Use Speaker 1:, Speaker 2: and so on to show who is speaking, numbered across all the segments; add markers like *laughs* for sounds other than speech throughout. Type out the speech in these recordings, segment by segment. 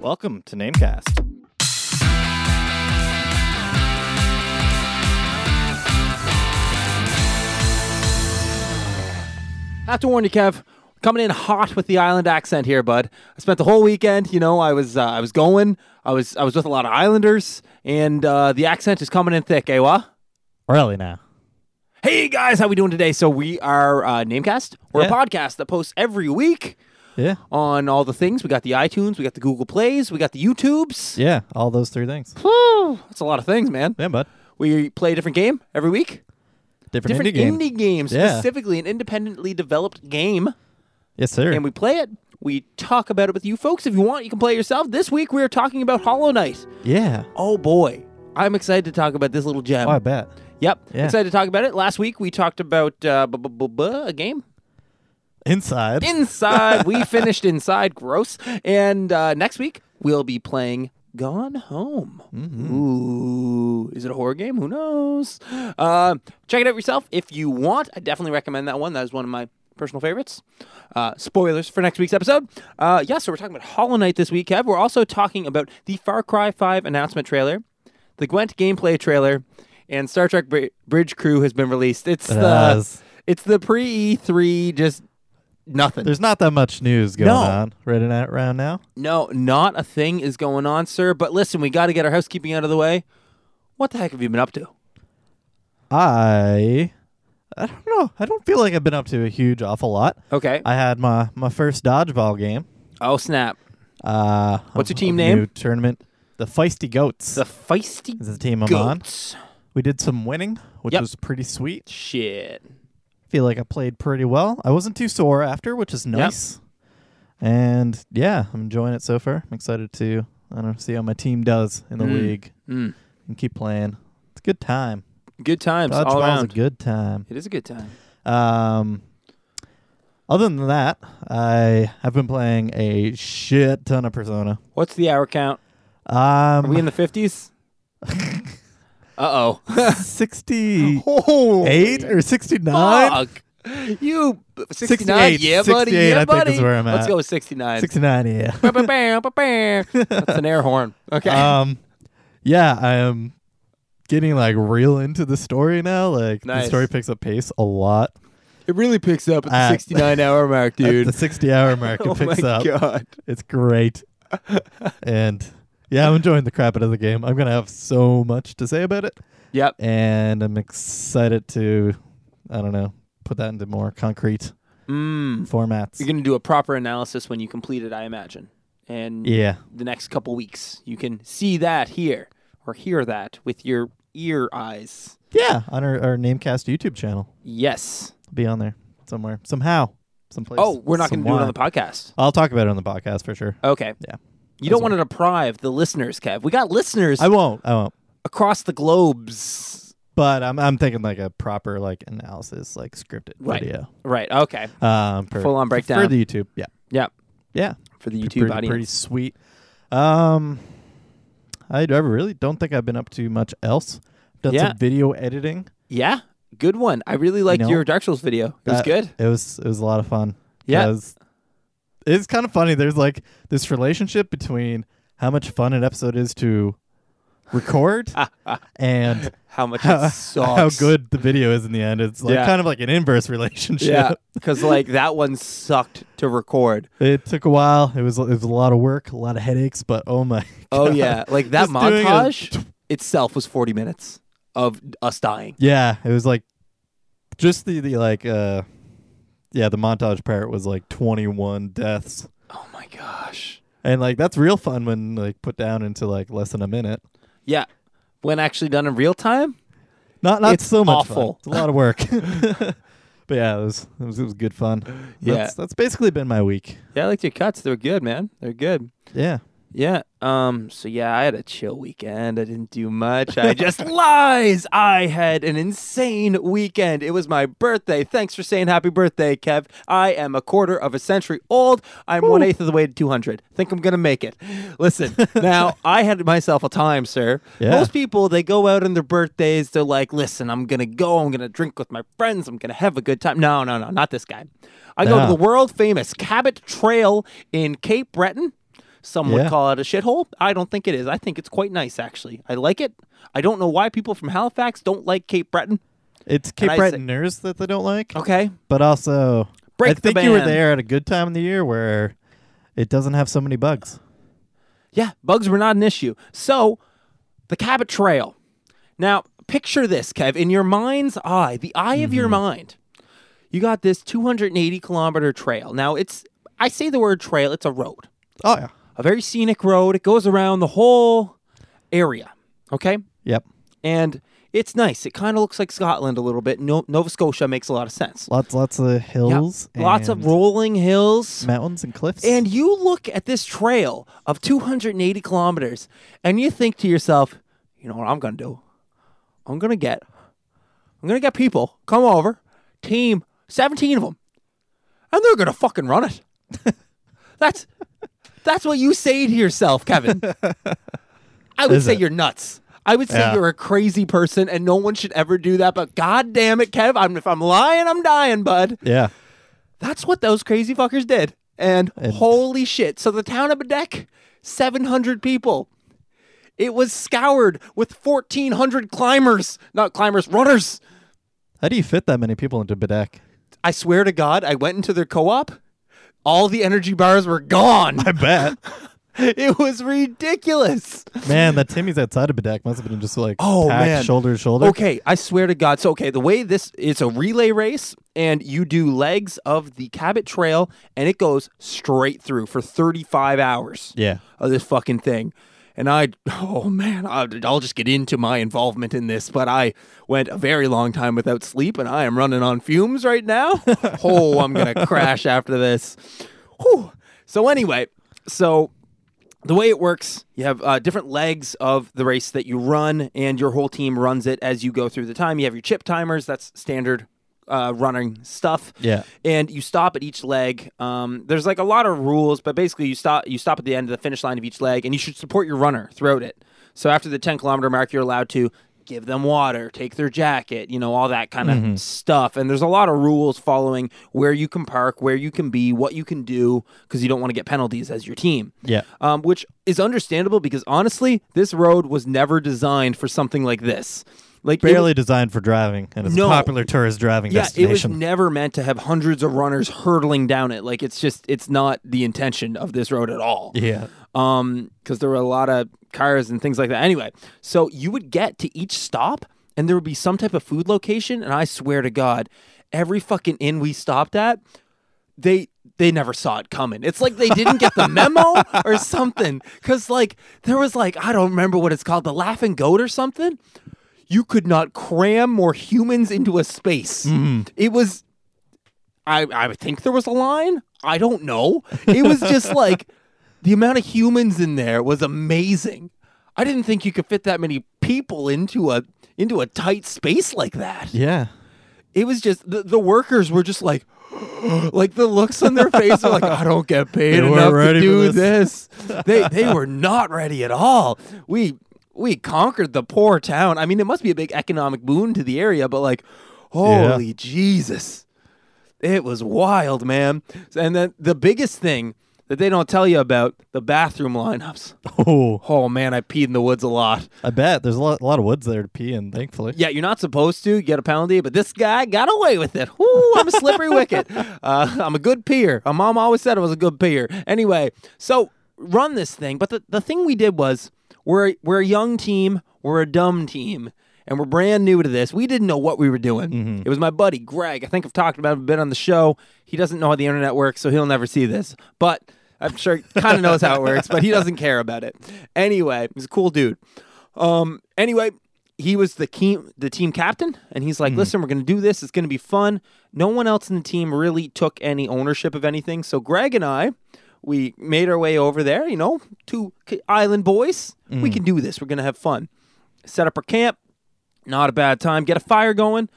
Speaker 1: Welcome to Namecast. Have to warn you, Kev. Coming in hot with the island accent here, bud. I spent the whole weekend. You know, I was uh, I was going. I was I was with a lot of Islanders, and uh, the accent is coming in thick, eh? Wah?
Speaker 2: Really now?
Speaker 1: Hey guys, how we doing today? So we are uh, Namecast. We're
Speaker 2: Yeah.
Speaker 1: a podcast that posts every week
Speaker 2: Yeah.
Speaker 1: on all the things. We got the iTunes, we got the Google Plays, we got the YouTubes.
Speaker 2: Yeah. All those three things.
Speaker 1: Whew, that's a lot of things, man.
Speaker 2: Yeah, bud.
Speaker 1: We play a different game every week.
Speaker 2: Different,
Speaker 1: Different
Speaker 2: indie game.
Speaker 1: indie game,
Speaker 2: Yeah.
Speaker 1: specifically an independently developed game,
Speaker 2: Yes, sir.
Speaker 1: and we play it. We talk about it with you folks. If you want, you can play it yourself. This week we are talking about Hollow Knight.
Speaker 2: yeah.
Speaker 1: Oh boy, I'm excited to talk about this little gem.
Speaker 2: Oh, I bet.
Speaker 1: Yep,
Speaker 2: Yeah.
Speaker 1: excited to talk about it. Last week we talked about uh, bu- bu- bu- bu- a game.
Speaker 2: Inside.
Speaker 1: Inside, we finished inside. Gross. And uh, next week we'll be playing Gone Home.
Speaker 2: Mm-hmm.
Speaker 1: Ooh, is it a horror game? Who knows? Uh, check it out yourself if you want. I definitely recommend that one. That is one of my personal favorites. Uh, spoilers for next week's episode. Uh, yeah, so we're talking about Hollow Knight this week, Kev. We're also talking about the Far Cry 5 announcement trailer, the Gwent gameplay trailer, and Star Trek Bri- Bridge Crew has been released. It's
Speaker 2: It
Speaker 1: the
Speaker 2: has.
Speaker 1: it's the pre E3 just nothing.
Speaker 2: There's not that much news going
Speaker 1: No.
Speaker 2: on right in that round now.
Speaker 1: No, not a thing is going on, sir. But listen, we got to get our housekeeping out of the way. What the heck have you been up to?
Speaker 2: I I don't know. I don't feel like I've been up to a huge awful lot.
Speaker 1: Okay.
Speaker 2: I had my my first dodgeball game.
Speaker 1: oh snap!
Speaker 2: Uh
Speaker 1: What's
Speaker 2: of-
Speaker 1: your team
Speaker 2: of the
Speaker 1: name?
Speaker 2: New tournament. The Feisty Goats.
Speaker 1: The feisty
Speaker 2: is the team I'm on.
Speaker 1: goats.
Speaker 2: We did some winning, which
Speaker 1: Yep.
Speaker 2: was pretty sweet.
Speaker 1: Shit.
Speaker 2: feel like I played pretty well. I wasn't too sore after, which is nice. And yeah, I'm enjoying it so far. I'm excited to I don't know, see how my team does in the
Speaker 1: Mm.
Speaker 2: league
Speaker 1: Mm.
Speaker 2: and keep playing. It's a good time.
Speaker 1: Good times all
Speaker 2: Dodgeball's a
Speaker 1: around.
Speaker 2: good time.
Speaker 1: it is a good time.
Speaker 2: Um, other than that,
Speaker 1: *laughs*
Speaker 2: I have been playing a shit ton of Persona.
Speaker 1: What's the hour count? Are
Speaker 2: Um,
Speaker 1: we in the
Speaker 2: *laughs*
Speaker 1: fifties? uh oh.
Speaker 2: 68
Speaker 1: Oh,
Speaker 2: or 69?
Speaker 1: You 69?
Speaker 2: 68,
Speaker 1: Yeah, buddy.
Speaker 2: 68,
Speaker 1: Yeah,
Speaker 2: I think
Speaker 1: buddy.
Speaker 2: is where I'm
Speaker 1: Let's
Speaker 2: at.
Speaker 1: go with 69.
Speaker 2: 69, yeah.
Speaker 1: Ba- ba- bam, ba- bam. That's an air horn. Okay.
Speaker 2: um yeah i am getting like real into the story now like
Speaker 1: Nice.
Speaker 2: the story picks up pace a lot
Speaker 1: It really picks up at the
Speaker 2: Uh,
Speaker 1: 69 hour mark,
Speaker 2: At
Speaker 1: dude.
Speaker 2: the 60
Speaker 1: *laughs*
Speaker 2: hour mark it
Speaker 1: oh
Speaker 2: picks
Speaker 1: my
Speaker 2: up
Speaker 1: god.
Speaker 2: it's great and yeah i'm enjoying the crap out of the game i'm gonna have so much to say about it
Speaker 1: Yep.
Speaker 2: and i'm excited to i don't know put that into more concrete
Speaker 1: Mm.
Speaker 2: formats
Speaker 1: You're going to do a proper analysis when you complete it, I imagine. And
Speaker 2: yeah
Speaker 1: the next couple weeks, you can see that here or hear that with your ear eyes.
Speaker 2: yeah on our, our namecast youtube channel
Speaker 1: Yes.
Speaker 2: It'll be on there somewhere somehow someplace
Speaker 1: Oh, we're not going to do it on the
Speaker 2: somewhere.
Speaker 1: podcast.
Speaker 2: i'll talk about it on the podcast for sure
Speaker 1: Okay.
Speaker 2: Yeah.
Speaker 1: You
Speaker 2: That's
Speaker 1: don't want to deprive the listeners, Kev. We got listeners
Speaker 2: i won't i won't
Speaker 1: across the globes.
Speaker 2: But I'm I'm thinking like a proper like analysis, like scripted
Speaker 1: Right.
Speaker 2: video.
Speaker 1: Right. Okay.
Speaker 2: Um, for,
Speaker 1: Full-on breakdown.
Speaker 2: for the YouTube. Yeah,
Speaker 1: Yep.
Speaker 2: yeah.
Speaker 1: For the
Speaker 2: Be
Speaker 1: YouTube
Speaker 2: pretty,
Speaker 1: audience.
Speaker 2: pretty sweet. Um, I, I really don't think I've been up to much else. Done
Speaker 1: Yeah.
Speaker 2: some video editing.
Speaker 1: Yeah. Good one. I really liked
Speaker 2: know, uh,
Speaker 1: your Dark Souls video. It was
Speaker 2: That-
Speaker 1: good.
Speaker 2: It was it was a lot of fun.
Speaker 1: Yeah.
Speaker 2: 'Cause It's kind of funny. There's like this relationship between how much fun an episode is to
Speaker 1: *laughs*
Speaker 2: record and *laughs*
Speaker 1: How much
Speaker 2: how,
Speaker 1: it sucks.
Speaker 2: how good the video is in the end. It's like
Speaker 1: Yeah.
Speaker 2: kind of like an inverse *laughs* relationship.
Speaker 1: Yeah, *laughs* because like that one sucked to record.
Speaker 2: It took a while. It was it was a lot of work, a lot of headaches, but oh my! *laughs*
Speaker 1: Oh
Speaker 2: God.
Speaker 1: yeah, like that
Speaker 2: Just doing a-
Speaker 1: montage itself was forty minutes of us dying.
Speaker 2: yeah. It was like just the the like uh yeah the montage part was like twenty one deaths,
Speaker 1: Oh my gosh.
Speaker 2: and like that's real fun when like put down into like less than a minute.
Speaker 1: Yeah, when actually done in real time.
Speaker 2: Not not
Speaker 1: It's
Speaker 2: so much
Speaker 1: awful.
Speaker 2: Fun. It's a lot of
Speaker 1: *laughs*
Speaker 2: work. *laughs* But yeah, it was, it was it was good fun.
Speaker 1: Yeah.
Speaker 2: that's, that's basically been my week.
Speaker 1: Yeah, I liked your cuts. They were good, man. They're good.
Speaker 2: Yeah,
Speaker 1: Yeah. Um. So yeah, I had a chill weekend. I didn't do much. I just *laughs* lies. I had an insane weekend. It was my birthday. Thanks for saying happy birthday, Kev. I am a quarter of a century old. I'm one eighth of the way to two hundred. Think I'm gonna make it.
Speaker 2: *laughs*
Speaker 1: Listen, now I had myself a time, sir.
Speaker 2: Yeah.
Speaker 1: Most people they go out on their birthdays. They're like, listen, I'm gonna go. I'm gonna drink with my friends. I'm gonna have a good time. No, no, no, not this guy. I go
Speaker 2: No.
Speaker 1: to the world famous Cabot Trail in Cape Breton Some would
Speaker 2: Yeah.
Speaker 1: call it a shithole. I don't think it is. I think it's quite nice, actually. I like it. I don't know why people from Halifax don't like Cape Breton.
Speaker 2: It's Cape
Speaker 1: I say-
Speaker 2: Bretoners that they don't like,
Speaker 1: Okay.
Speaker 2: but also
Speaker 1: Break
Speaker 2: I
Speaker 1: the
Speaker 2: think you were
Speaker 1: ban.
Speaker 2: there at a good time of the year where it doesn't have so many bugs.
Speaker 1: Yeah, bugs were not an issue. So, the Cabot Trail. Now, picture this, Kev, in your mind's eye, the eye of your mind, you got this 280 kilometer trail. Now, it's, I say the word trail, it's a road,
Speaker 2: Oh yeah.
Speaker 1: a very scenic road. It goes around the whole area, okay?
Speaker 2: Yep.
Speaker 1: And it's nice. It kind of looks like Scotland a little bit. No, Nova Scotia makes a lot of sense.
Speaker 2: Lots lots of
Speaker 1: Yeah.
Speaker 2: hills.
Speaker 1: Lots of
Speaker 2: and
Speaker 1: rolling hills.
Speaker 2: mountains and cliffs.
Speaker 1: And you look at this trail of 280 kilometers and you think to yourself, you know what I'm going to do? I'm going to get I'm going to get people come over, team 17 of them. And they're going to fucking run it. *laughs* that's that's what you say to yourself,
Speaker 2: *laughs*
Speaker 1: Kevin. I would
Speaker 2: Is
Speaker 1: say
Speaker 2: it?
Speaker 1: you're nuts. I would say
Speaker 2: Yeah.
Speaker 1: you're a crazy person and no one should ever do that, but god damn it, Kev, I'm, if I'm lying, I'm dying, bud.
Speaker 2: yeah.
Speaker 1: That's what those crazy fuckers did. And holy shit. So the town of Bedeck, 700 people. It was scoured with 1,400 climbers, not climbers, runners.
Speaker 2: How do you fit that many people into Bedeck?
Speaker 1: I swear to God, I went into their co op. All the energy bars were gone. *laughs*
Speaker 2: I bet.
Speaker 1: It was ridiculous.
Speaker 2: man, that Timmy's outside of Bedeck must have been just like
Speaker 1: Oh,
Speaker 2: packed
Speaker 1: man.
Speaker 2: shoulder to shoulder.
Speaker 1: Okay, I swear to God. So, okay, the way this it's a relay race, and you do legs of the Cabot Trail, and it goes straight through for 35 hours.
Speaker 2: Yeah.
Speaker 1: of this fucking thing. And I, oh man, I- I'll just get into my involvement in this, but I went a very long time without sleep and I am running on fumes right now. oh, I'm going to crash after this. Whew. So, anyway, so the way it works, you have uh, different legs of the race that you run, and your whole team runs it as you go through the time. You have your chip timers, that's standard uh, running stuff
Speaker 2: Yeah.
Speaker 1: and you stop at each leg. Um, there's like a lot of rules, but basically you stop you stop at the end of the finish line of each leg, and you should support your runner throughout it. So after the 10 kilometer mark, you're allowed to give them water, take their jacket, you know, all that kind of
Speaker 2: Mm-hmm.
Speaker 1: stuff. And there's a lot of rules following where you can park, where you can be, what you can do, because you don't want to get penalties as your team.
Speaker 2: Yeah.
Speaker 1: Um, which is understandable because honestly, this road was never designed for something like this. Like it-
Speaker 2: Barely designed for driving and it's
Speaker 1: No.
Speaker 2: a popular tourist driving
Speaker 1: yeah, it was
Speaker 2: destination.
Speaker 1: never meant to have hundreds of runners hurtling down it. Like it's just it's not the intention of this road at all.
Speaker 2: *laughs* yeah.
Speaker 1: Um, because there were a lot of cars and things like that. Anyway, so you would get to each stop and there would be some type of food location, and I swear to God, every fucking inn we stopped at, they they never saw it coming. It's like they didn't get the memo or something. Cause like there was like, I don't remember what it's called, the laughing goat or something. You could not cram more humans into a space. It was I, I think there was a line. I don't know. It was just like the amount of humans in there was amazing. I didn't think you could fit that many people into a into a tight space like that.
Speaker 2: Yeah.
Speaker 1: It was just the, the workers were just like *gasps* like the looks on their face are like I don't get
Speaker 2: *laughs*
Speaker 1: paid
Speaker 2: They weren't
Speaker 1: enough to
Speaker 2: ready for
Speaker 1: do this.
Speaker 2: *laughs*
Speaker 1: They they were not ready at all. We we conquered the poor town. I mean, it must be a big economic boon to the area, but like holy Jesus. It was wild, man. And then the biggest thing that they don't tell you about the bathroom lineups.
Speaker 2: Oh.
Speaker 1: Oh man, I peed in the woods a lot.
Speaker 2: I bet there's a lot, a lot of woods there to pee in, thankfully.
Speaker 1: *laughs* Yeah, you're not supposed to. You get a penalty, but this guy got away with it. Ooh, I'm a slippery wicket. Uh, I'm a good peer. My mom always said I was a good peer. Anyway, so run this thing. But the, the thing we did was we're we're a young team, we're a dumb team, and we're brand new to this. We didn't know what we were doing. It was my buddy Greg. I think I've talked about him a bit on the show. He doesn't know how the internet works, so he'll never see this. But I'm sure he kind of knows how it works, but he doesn't care about it. Anyway, he's a cool dude. Um. Anyway, he was the team the team captain, and he's like, "Listen, we're going to do this. It's going to be fun." No one else in the team really took any ownership of anything. So Greg and I, we made our way over there. You know, two k- island boys. We can do this. We're going to have fun. Set up our camp. Not a bad time. Get a fire going.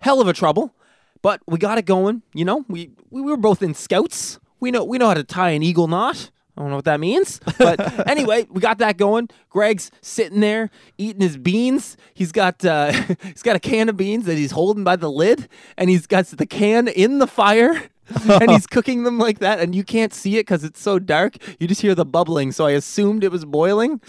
Speaker 1: Hell of a trouble, but we got it going. You know, we we were both in scouts. We know we know how to tie an eagle knot. I don't know what that means, but anyway, we got that going. Greg's sitting there eating his beans. He's got *laughs* uh, he's got a can of beans that he's holding by the lid, and he's got the can in the fire. *laughs* and he's cooking them like that, and you can't see it because it's so dark. You just hear the bubbling. So I assumed it was boiling.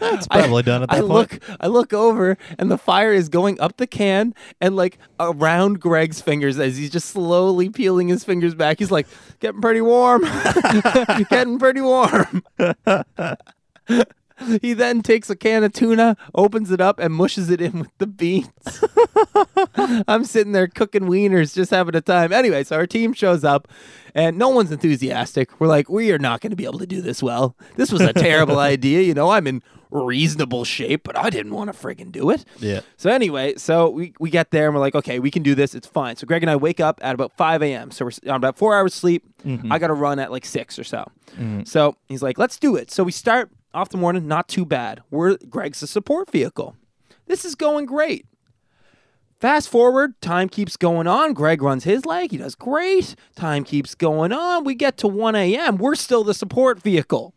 Speaker 2: It's probably done at that
Speaker 1: I
Speaker 2: point.
Speaker 1: look, I look over, and the fire is going up the can and like around Greg's fingers as he's just slowly peeling his fingers back. He's like, getting pretty warm, *laughs* getting pretty warm. *laughs* he then takes a can of tuna, opens it up, and mushes it in with the beans. I'm sitting there cooking wieners, just having a time. Anyway, so our team shows up, and no one's enthusiastic. We're like, we are not going to be able to do this well. This was a terrible idea. You know, I'm in reasonable shape, but I didn't want to friggin' do it.
Speaker 2: Yeah.
Speaker 1: So anyway, so we, we get there and we're like, okay, we can do this. It's fine. So Greg and I wake up at about 5 a.m. So we're s- on about four hours sleep. I got to run at like six or so. So he's like, let's do it. So we start off the morning, not too bad. We're Greg's the support vehicle. This is going great. Fast forward, time keeps going on. Greg runs his leg. He does great. Time keeps going on. We get to 1 a.m. We're still the support vehicle.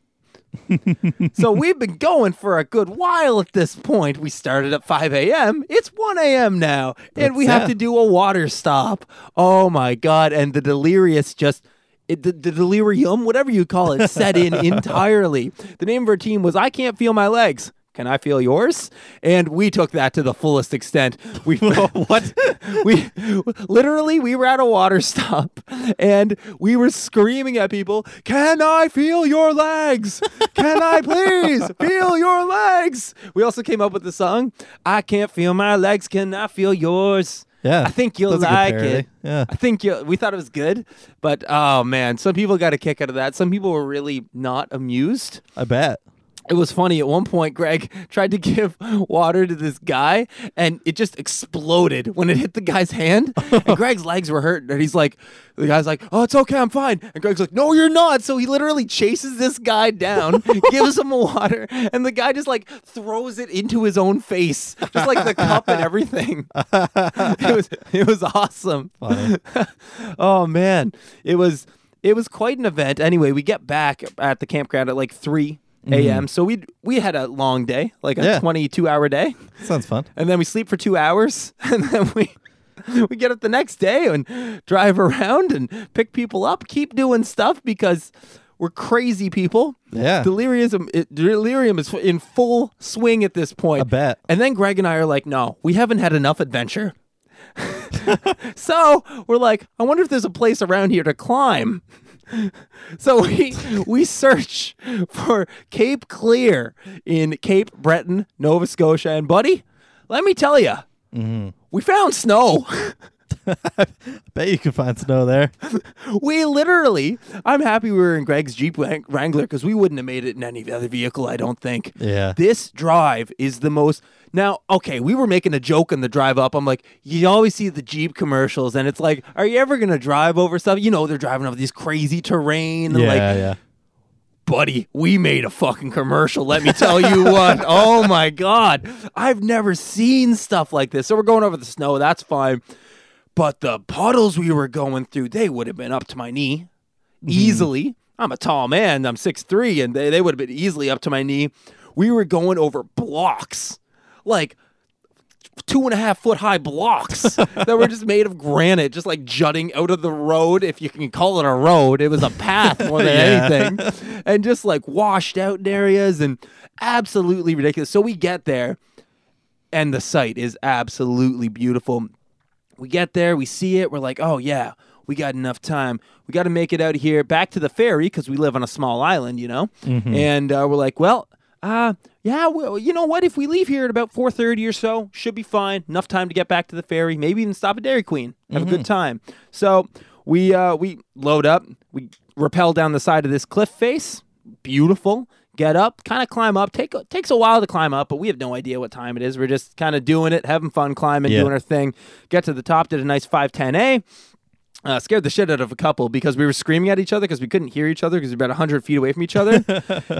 Speaker 1: so we've been going for a good while at this point. We started at 5 a.m. It's 1 a.m. now, and we
Speaker 2: That's-
Speaker 1: have
Speaker 2: yeah.
Speaker 1: to do a water stop. Oh my God. And the delirious just. It, the, the delirium, whatever you call it, set in entirely. The name of our team was I Can't Feel My Legs. Can I Feel Yours? And we took that to the fullest extent. We *laughs*
Speaker 2: what?
Speaker 1: we literally we were at a water stop and we were screaming at people can i feel your legs can i please feel your legs we also came up with the song i can't feel my legs can i feel yours
Speaker 2: Yeah,
Speaker 1: i think you'll
Speaker 2: that's a good
Speaker 1: like it
Speaker 2: parody. Yeah.
Speaker 1: i think you we thought it was good but oh man some people got a kick out of that some people were really not amused
Speaker 2: I bet.
Speaker 1: it was funny at one point greg *laughs* tried to give water to this guy and it just exploded when it hit the guy's hand and greg's legs were hurt and he's like the guy's like oh it's okay i'm fine and greg's like no you're not so he literally chases this guy down gives him water and the guy just like throws it into his own face just like the cup and everything *laughs* it was it was awesome
Speaker 2: Funny.
Speaker 1: *laughs* oh man, it was it was quite an event. Anyway, we get back at the campground at like three a.m. So we we had a long day, like a
Speaker 2: Mm-hmm. Yeah.
Speaker 1: twenty-two hour day,
Speaker 2: Sounds fun.
Speaker 1: and then we sleep for two hours, *laughs* and then we. We get up the next day and drive around and pick people up, keep doing stuff because we're crazy people.
Speaker 2: Yeah.
Speaker 1: Delirium, it, delirium is in full swing at this point.
Speaker 2: I bet.
Speaker 1: And then Greg and I are like, no, we haven't had enough adventure. *laughs* so we're like, I wonder if there's a place around here to climb. *laughs* So we we search for Cape Clear in Cape Breton, Nova Scotia, and buddy, let me tell you,
Speaker 2: Mm-hmm.
Speaker 1: we found snow. *laughs*
Speaker 2: Bet you can find snow there.
Speaker 1: we literally, I'm happy we were in Greg's Jeep Wrang- Wrangler because we wouldn't have made it in any other vehicle, I don't think. *laughs*
Speaker 2: Yeah.
Speaker 1: This drive is the most. Now, okay, we were making a joke on the drive up. I'm like, you always see the Jeep commercials, and it's like, are you ever going to drive over stuff? You know, they're driving over these crazy terrain. and
Speaker 2: yeah,
Speaker 1: like,
Speaker 2: yeah.
Speaker 1: buddy, we made a fucking commercial. Let me tell you what. Oh my God. I've never seen stuff like this. So we're going over the snow. That's fine. But the puddles we were going through, they would have been up to my knee easily. I'm a tall man. I'm 6'3, and they, they would have been easily up to my knee. We were going over blocks, like two and a half foot high blocks that were just made of granite, just like jutting out of the road, if you can call it a road. It was a path more than
Speaker 2: Yeah.
Speaker 1: anything. And just like washed out in areas and absolutely ridiculous. So we get there, and the site is absolutely beautiful. We get there, we see it, we're like, oh yeah, we got enough time. We got to make it out here back to the ferry because we live on a small island, you know. And uh, we're like, well, uh, yeah, well, you know what? If we leave here at about four thirty or so, should be fine. Enough time to get back to the ferry. Maybe even stop at Dairy Queen, have a good time. So we uh, we load up, we rappel down the side of this cliff face. Beautiful. Get up, kind of climb up. Take takes a while to climb up, but we have no idea what time it is. We're just kind of doing it, having fun climbing,
Speaker 2: Yeah.
Speaker 1: doing our thing. Get to the top, did a nice 510A. Uh, scared the shit out of a couple because we were screaming at each other because we couldn't hear each other because we were about 100 feet away from
Speaker 2: *laughs*
Speaker 1: each other.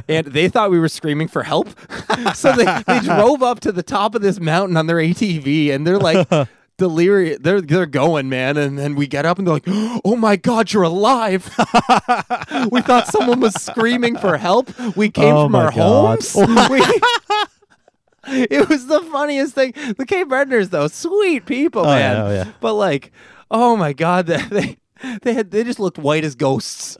Speaker 1: and they thought we were screaming for help. *laughs* so they, they drove up to the top of this mountain on their ATV and
Speaker 2: *laughs*
Speaker 1: they're like, delirious. They're, they're going, man. And then we get up and they're like, *gasps* oh my God, you're alive. *laughs* we thought someone was screaming for help. We came
Speaker 2: Oh
Speaker 1: from
Speaker 2: my
Speaker 1: our
Speaker 2: God.
Speaker 1: homes.
Speaker 2: *laughs*
Speaker 1: We- *laughs* it was the funniest thing. The Cape Bretoners, though, sweet people,
Speaker 2: Oh,
Speaker 1: man.
Speaker 2: yeah, oh, yeah.
Speaker 1: But like, oh my god, that they they had they just looked white
Speaker 2: *laughs*
Speaker 1: as ghosts.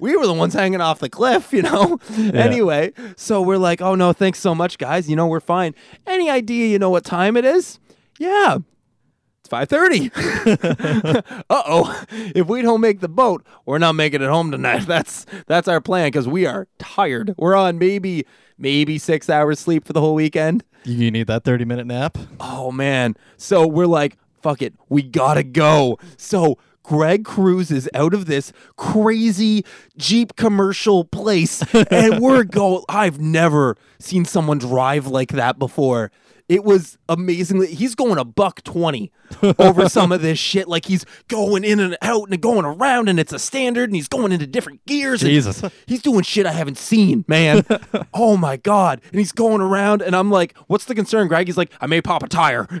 Speaker 1: we were the ones hanging off the cliff, you know. Anyway, so we're like, oh no, thanks so much, guys. You know, we're fine. Any idea, you know, what time it is? Yeah, it's
Speaker 2: *laughs*
Speaker 1: five thirty. *laughs* uh oh, if we don't make the boat, we're not making it home tonight. *laughs* That's that's our plan because we are tired. We're on maybe maybe six hours sleep for the whole weekend.
Speaker 2: You need that 30 minute nap?
Speaker 1: Oh man. So we're like, fuck it, we gotta go. So Greg cruises out of this crazy Jeep commercial place and we're go I've never seen someone drive like that before. It was amazingly he's going a buck 20 over some of this shit like he's going in and out and going around and it's a standard and he's going into different gears and
Speaker 2: Jesus.
Speaker 1: He's doing shit I haven't seen, man. oh my god! And he's going around, and I'm like, "What's the concern, Greg?" He's like, "I may pop a tire." *laughs* and *laughs*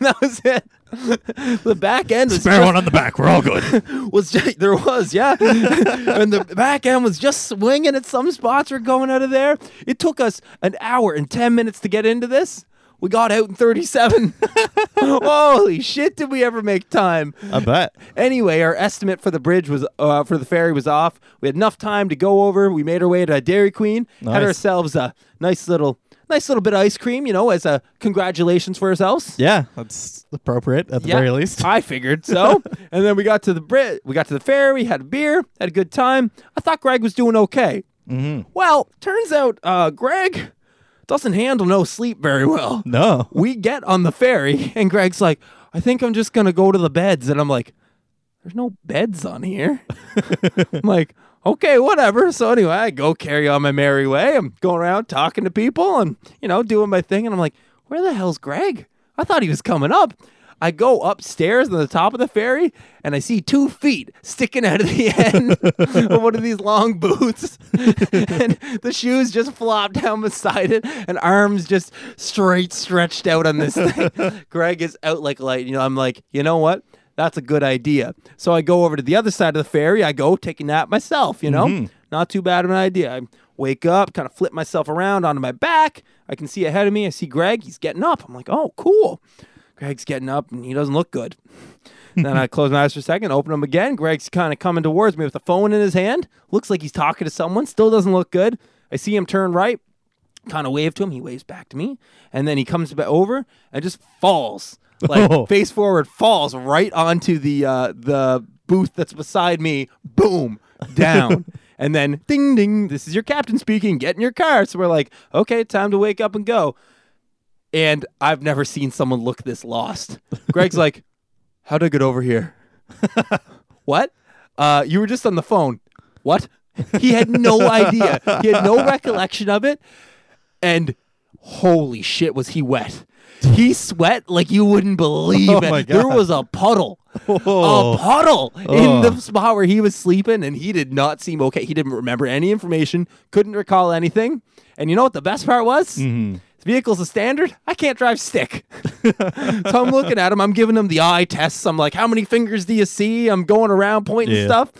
Speaker 1: that was it. The back end was
Speaker 2: Spare one on the back. We're all good.
Speaker 1: was just, there was yeah, *laughs* and the back end was just swinging at some spots. We're going out of there. It took us an hour and ten minutes to get into this. We got out in 37. *laughs* Holy shit! Did we ever make time?
Speaker 2: *laughs* I bet.
Speaker 1: Anyway, our estimate for the bridge was uh, for the ferry was off. We had enough time to go over. We made our way to a Dairy Queen, had
Speaker 2: Nice.
Speaker 1: ourselves a nice little, nice little bit of ice cream, you know, as a congratulations for ourselves.
Speaker 2: Yeah, that's appropriate at the very least.
Speaker 1: I
Speaker 2: *laughs*
Speaker 1: figured so. and then we got to the Brit, we got to the ferry, had a beer, had a good time. I thought Greg was doing okay. Mm-hmm. Well, turns out uh, Greg doesn't handle no sleep very well
Speaker 2: No.
Speaker 1: we get on the ferry *laughs* and Greg's like, I think I'm just gonna go to the beds. And I'm like, there's no beds on here. I'm *laughs* like, okay, whatever. So anyway, I go carry on my merry way. I'm going around talking to people and, you know, doing my thing. And I'm like, where the hell's Greg? I thought he was coming up. I go upstairs on the top of the ferry and I see two feet sticking out of the *laughs* end of one of these long boots. *laughs* and the shoes just flop down beside it and arms just straight stretched out on this thing. *laughs* Greg is out like light. You know, I'm like, you know what? That's a good idea. So I go over to the other side of the ferry. I go take a nap myself, you know? Not too bad of an idea. I wake up, kind of flip myself around onto my back. I can see ahead of me. I see Greg. He's getting up. I'm like, oh, cool. Greg's getting up and he doesn't look good. And then I close my eyes for a second, open them again. Greg's kind of coming towards me with a phone in his hand. Looks like he's talking to someone. Still doesn't look good. I see him turn right, kind of wave to him. He waves back to me, and then he comes ba- over and just falls, like
Speaker 2: Oh.
Speaker 1: face forward, falls right onto the uh, the booth that's beside me. Boom, down. And then ding ding, this is your captain speaking. Get in your car. So we're like, okay, time to wake up and go. And I've never seen someone look this lost. Greg's like, How'd I get
Speaker 2: *laughs*
Speaker 1: over here? what? Uh, you were just on the phone. What? *laughs* He had no idea. He had no recollection of it. And holy shit, was he wet. He sweat like you wouldn't believe
Speaker 2: Oh
Speaker 1: it.
Speaker 2: my
Speaker 1: There
Speaker 2: God.
Speaker 1: was a puddle.
Speaker 2: Oh.
Speaker 1: A puddle in
Speaker 2: Oh.
Speaker 1: the spot where he was sleeping, and he did not seem okay. He didn't remember any information, couldn't recall anything. And you know what the best part was?
Speaker 2: Mm-hmm.
Speaker 1: The vehicle's a standard. I can't drive stick. *laughs* so I'm looking at him. I'm giving him the eye tests. I'm like, how many fingers do you see? I'm going around pointing
Speaker 2: Yeah.
Speaker 1: stuff.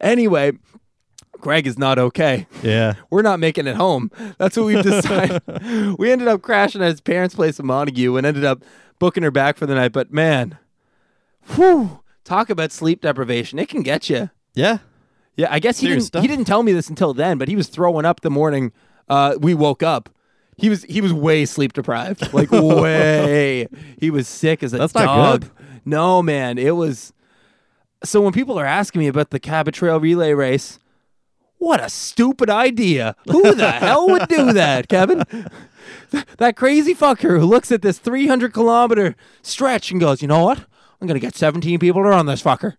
Speaker 1: Anyway, Greg is not okay
Speaker 2: Yeah.
Speaker 1: we're not making it home. That's what we've decided. we ended up crashing at his parents' place in Montague and ended up booking her back for the night. But man, whew, talk about sleep deprivation. It can get you.
Speaker 2: Yeah.
Speaker 1: Yeah, I guess he
Speaker 2: Serious
Speaker 1: didn't,
Speaker 2: stuff.
Speaker 1: he didn't tell me this until then, but he was throwing up the morning uh, we woke up. He was he was way
Speaker 2: *laughs*
Speaker 1: sleep deprived, like way. He was sick as a
Speaker 2: That's not
Speaker 1: dog.
Speaker 2: good.
Speaker 1: No man, it was. So when people are asking me about the Cabot Trail Relay Race, what a stupid idea! Who the hell would do that, Kevin? that crazy fucker who looks at this 300 kilometer stretch and goes, you know what? I'm gonna get 17 people to run
Speaker 2: *laughs*
Speaker 1: this fucker.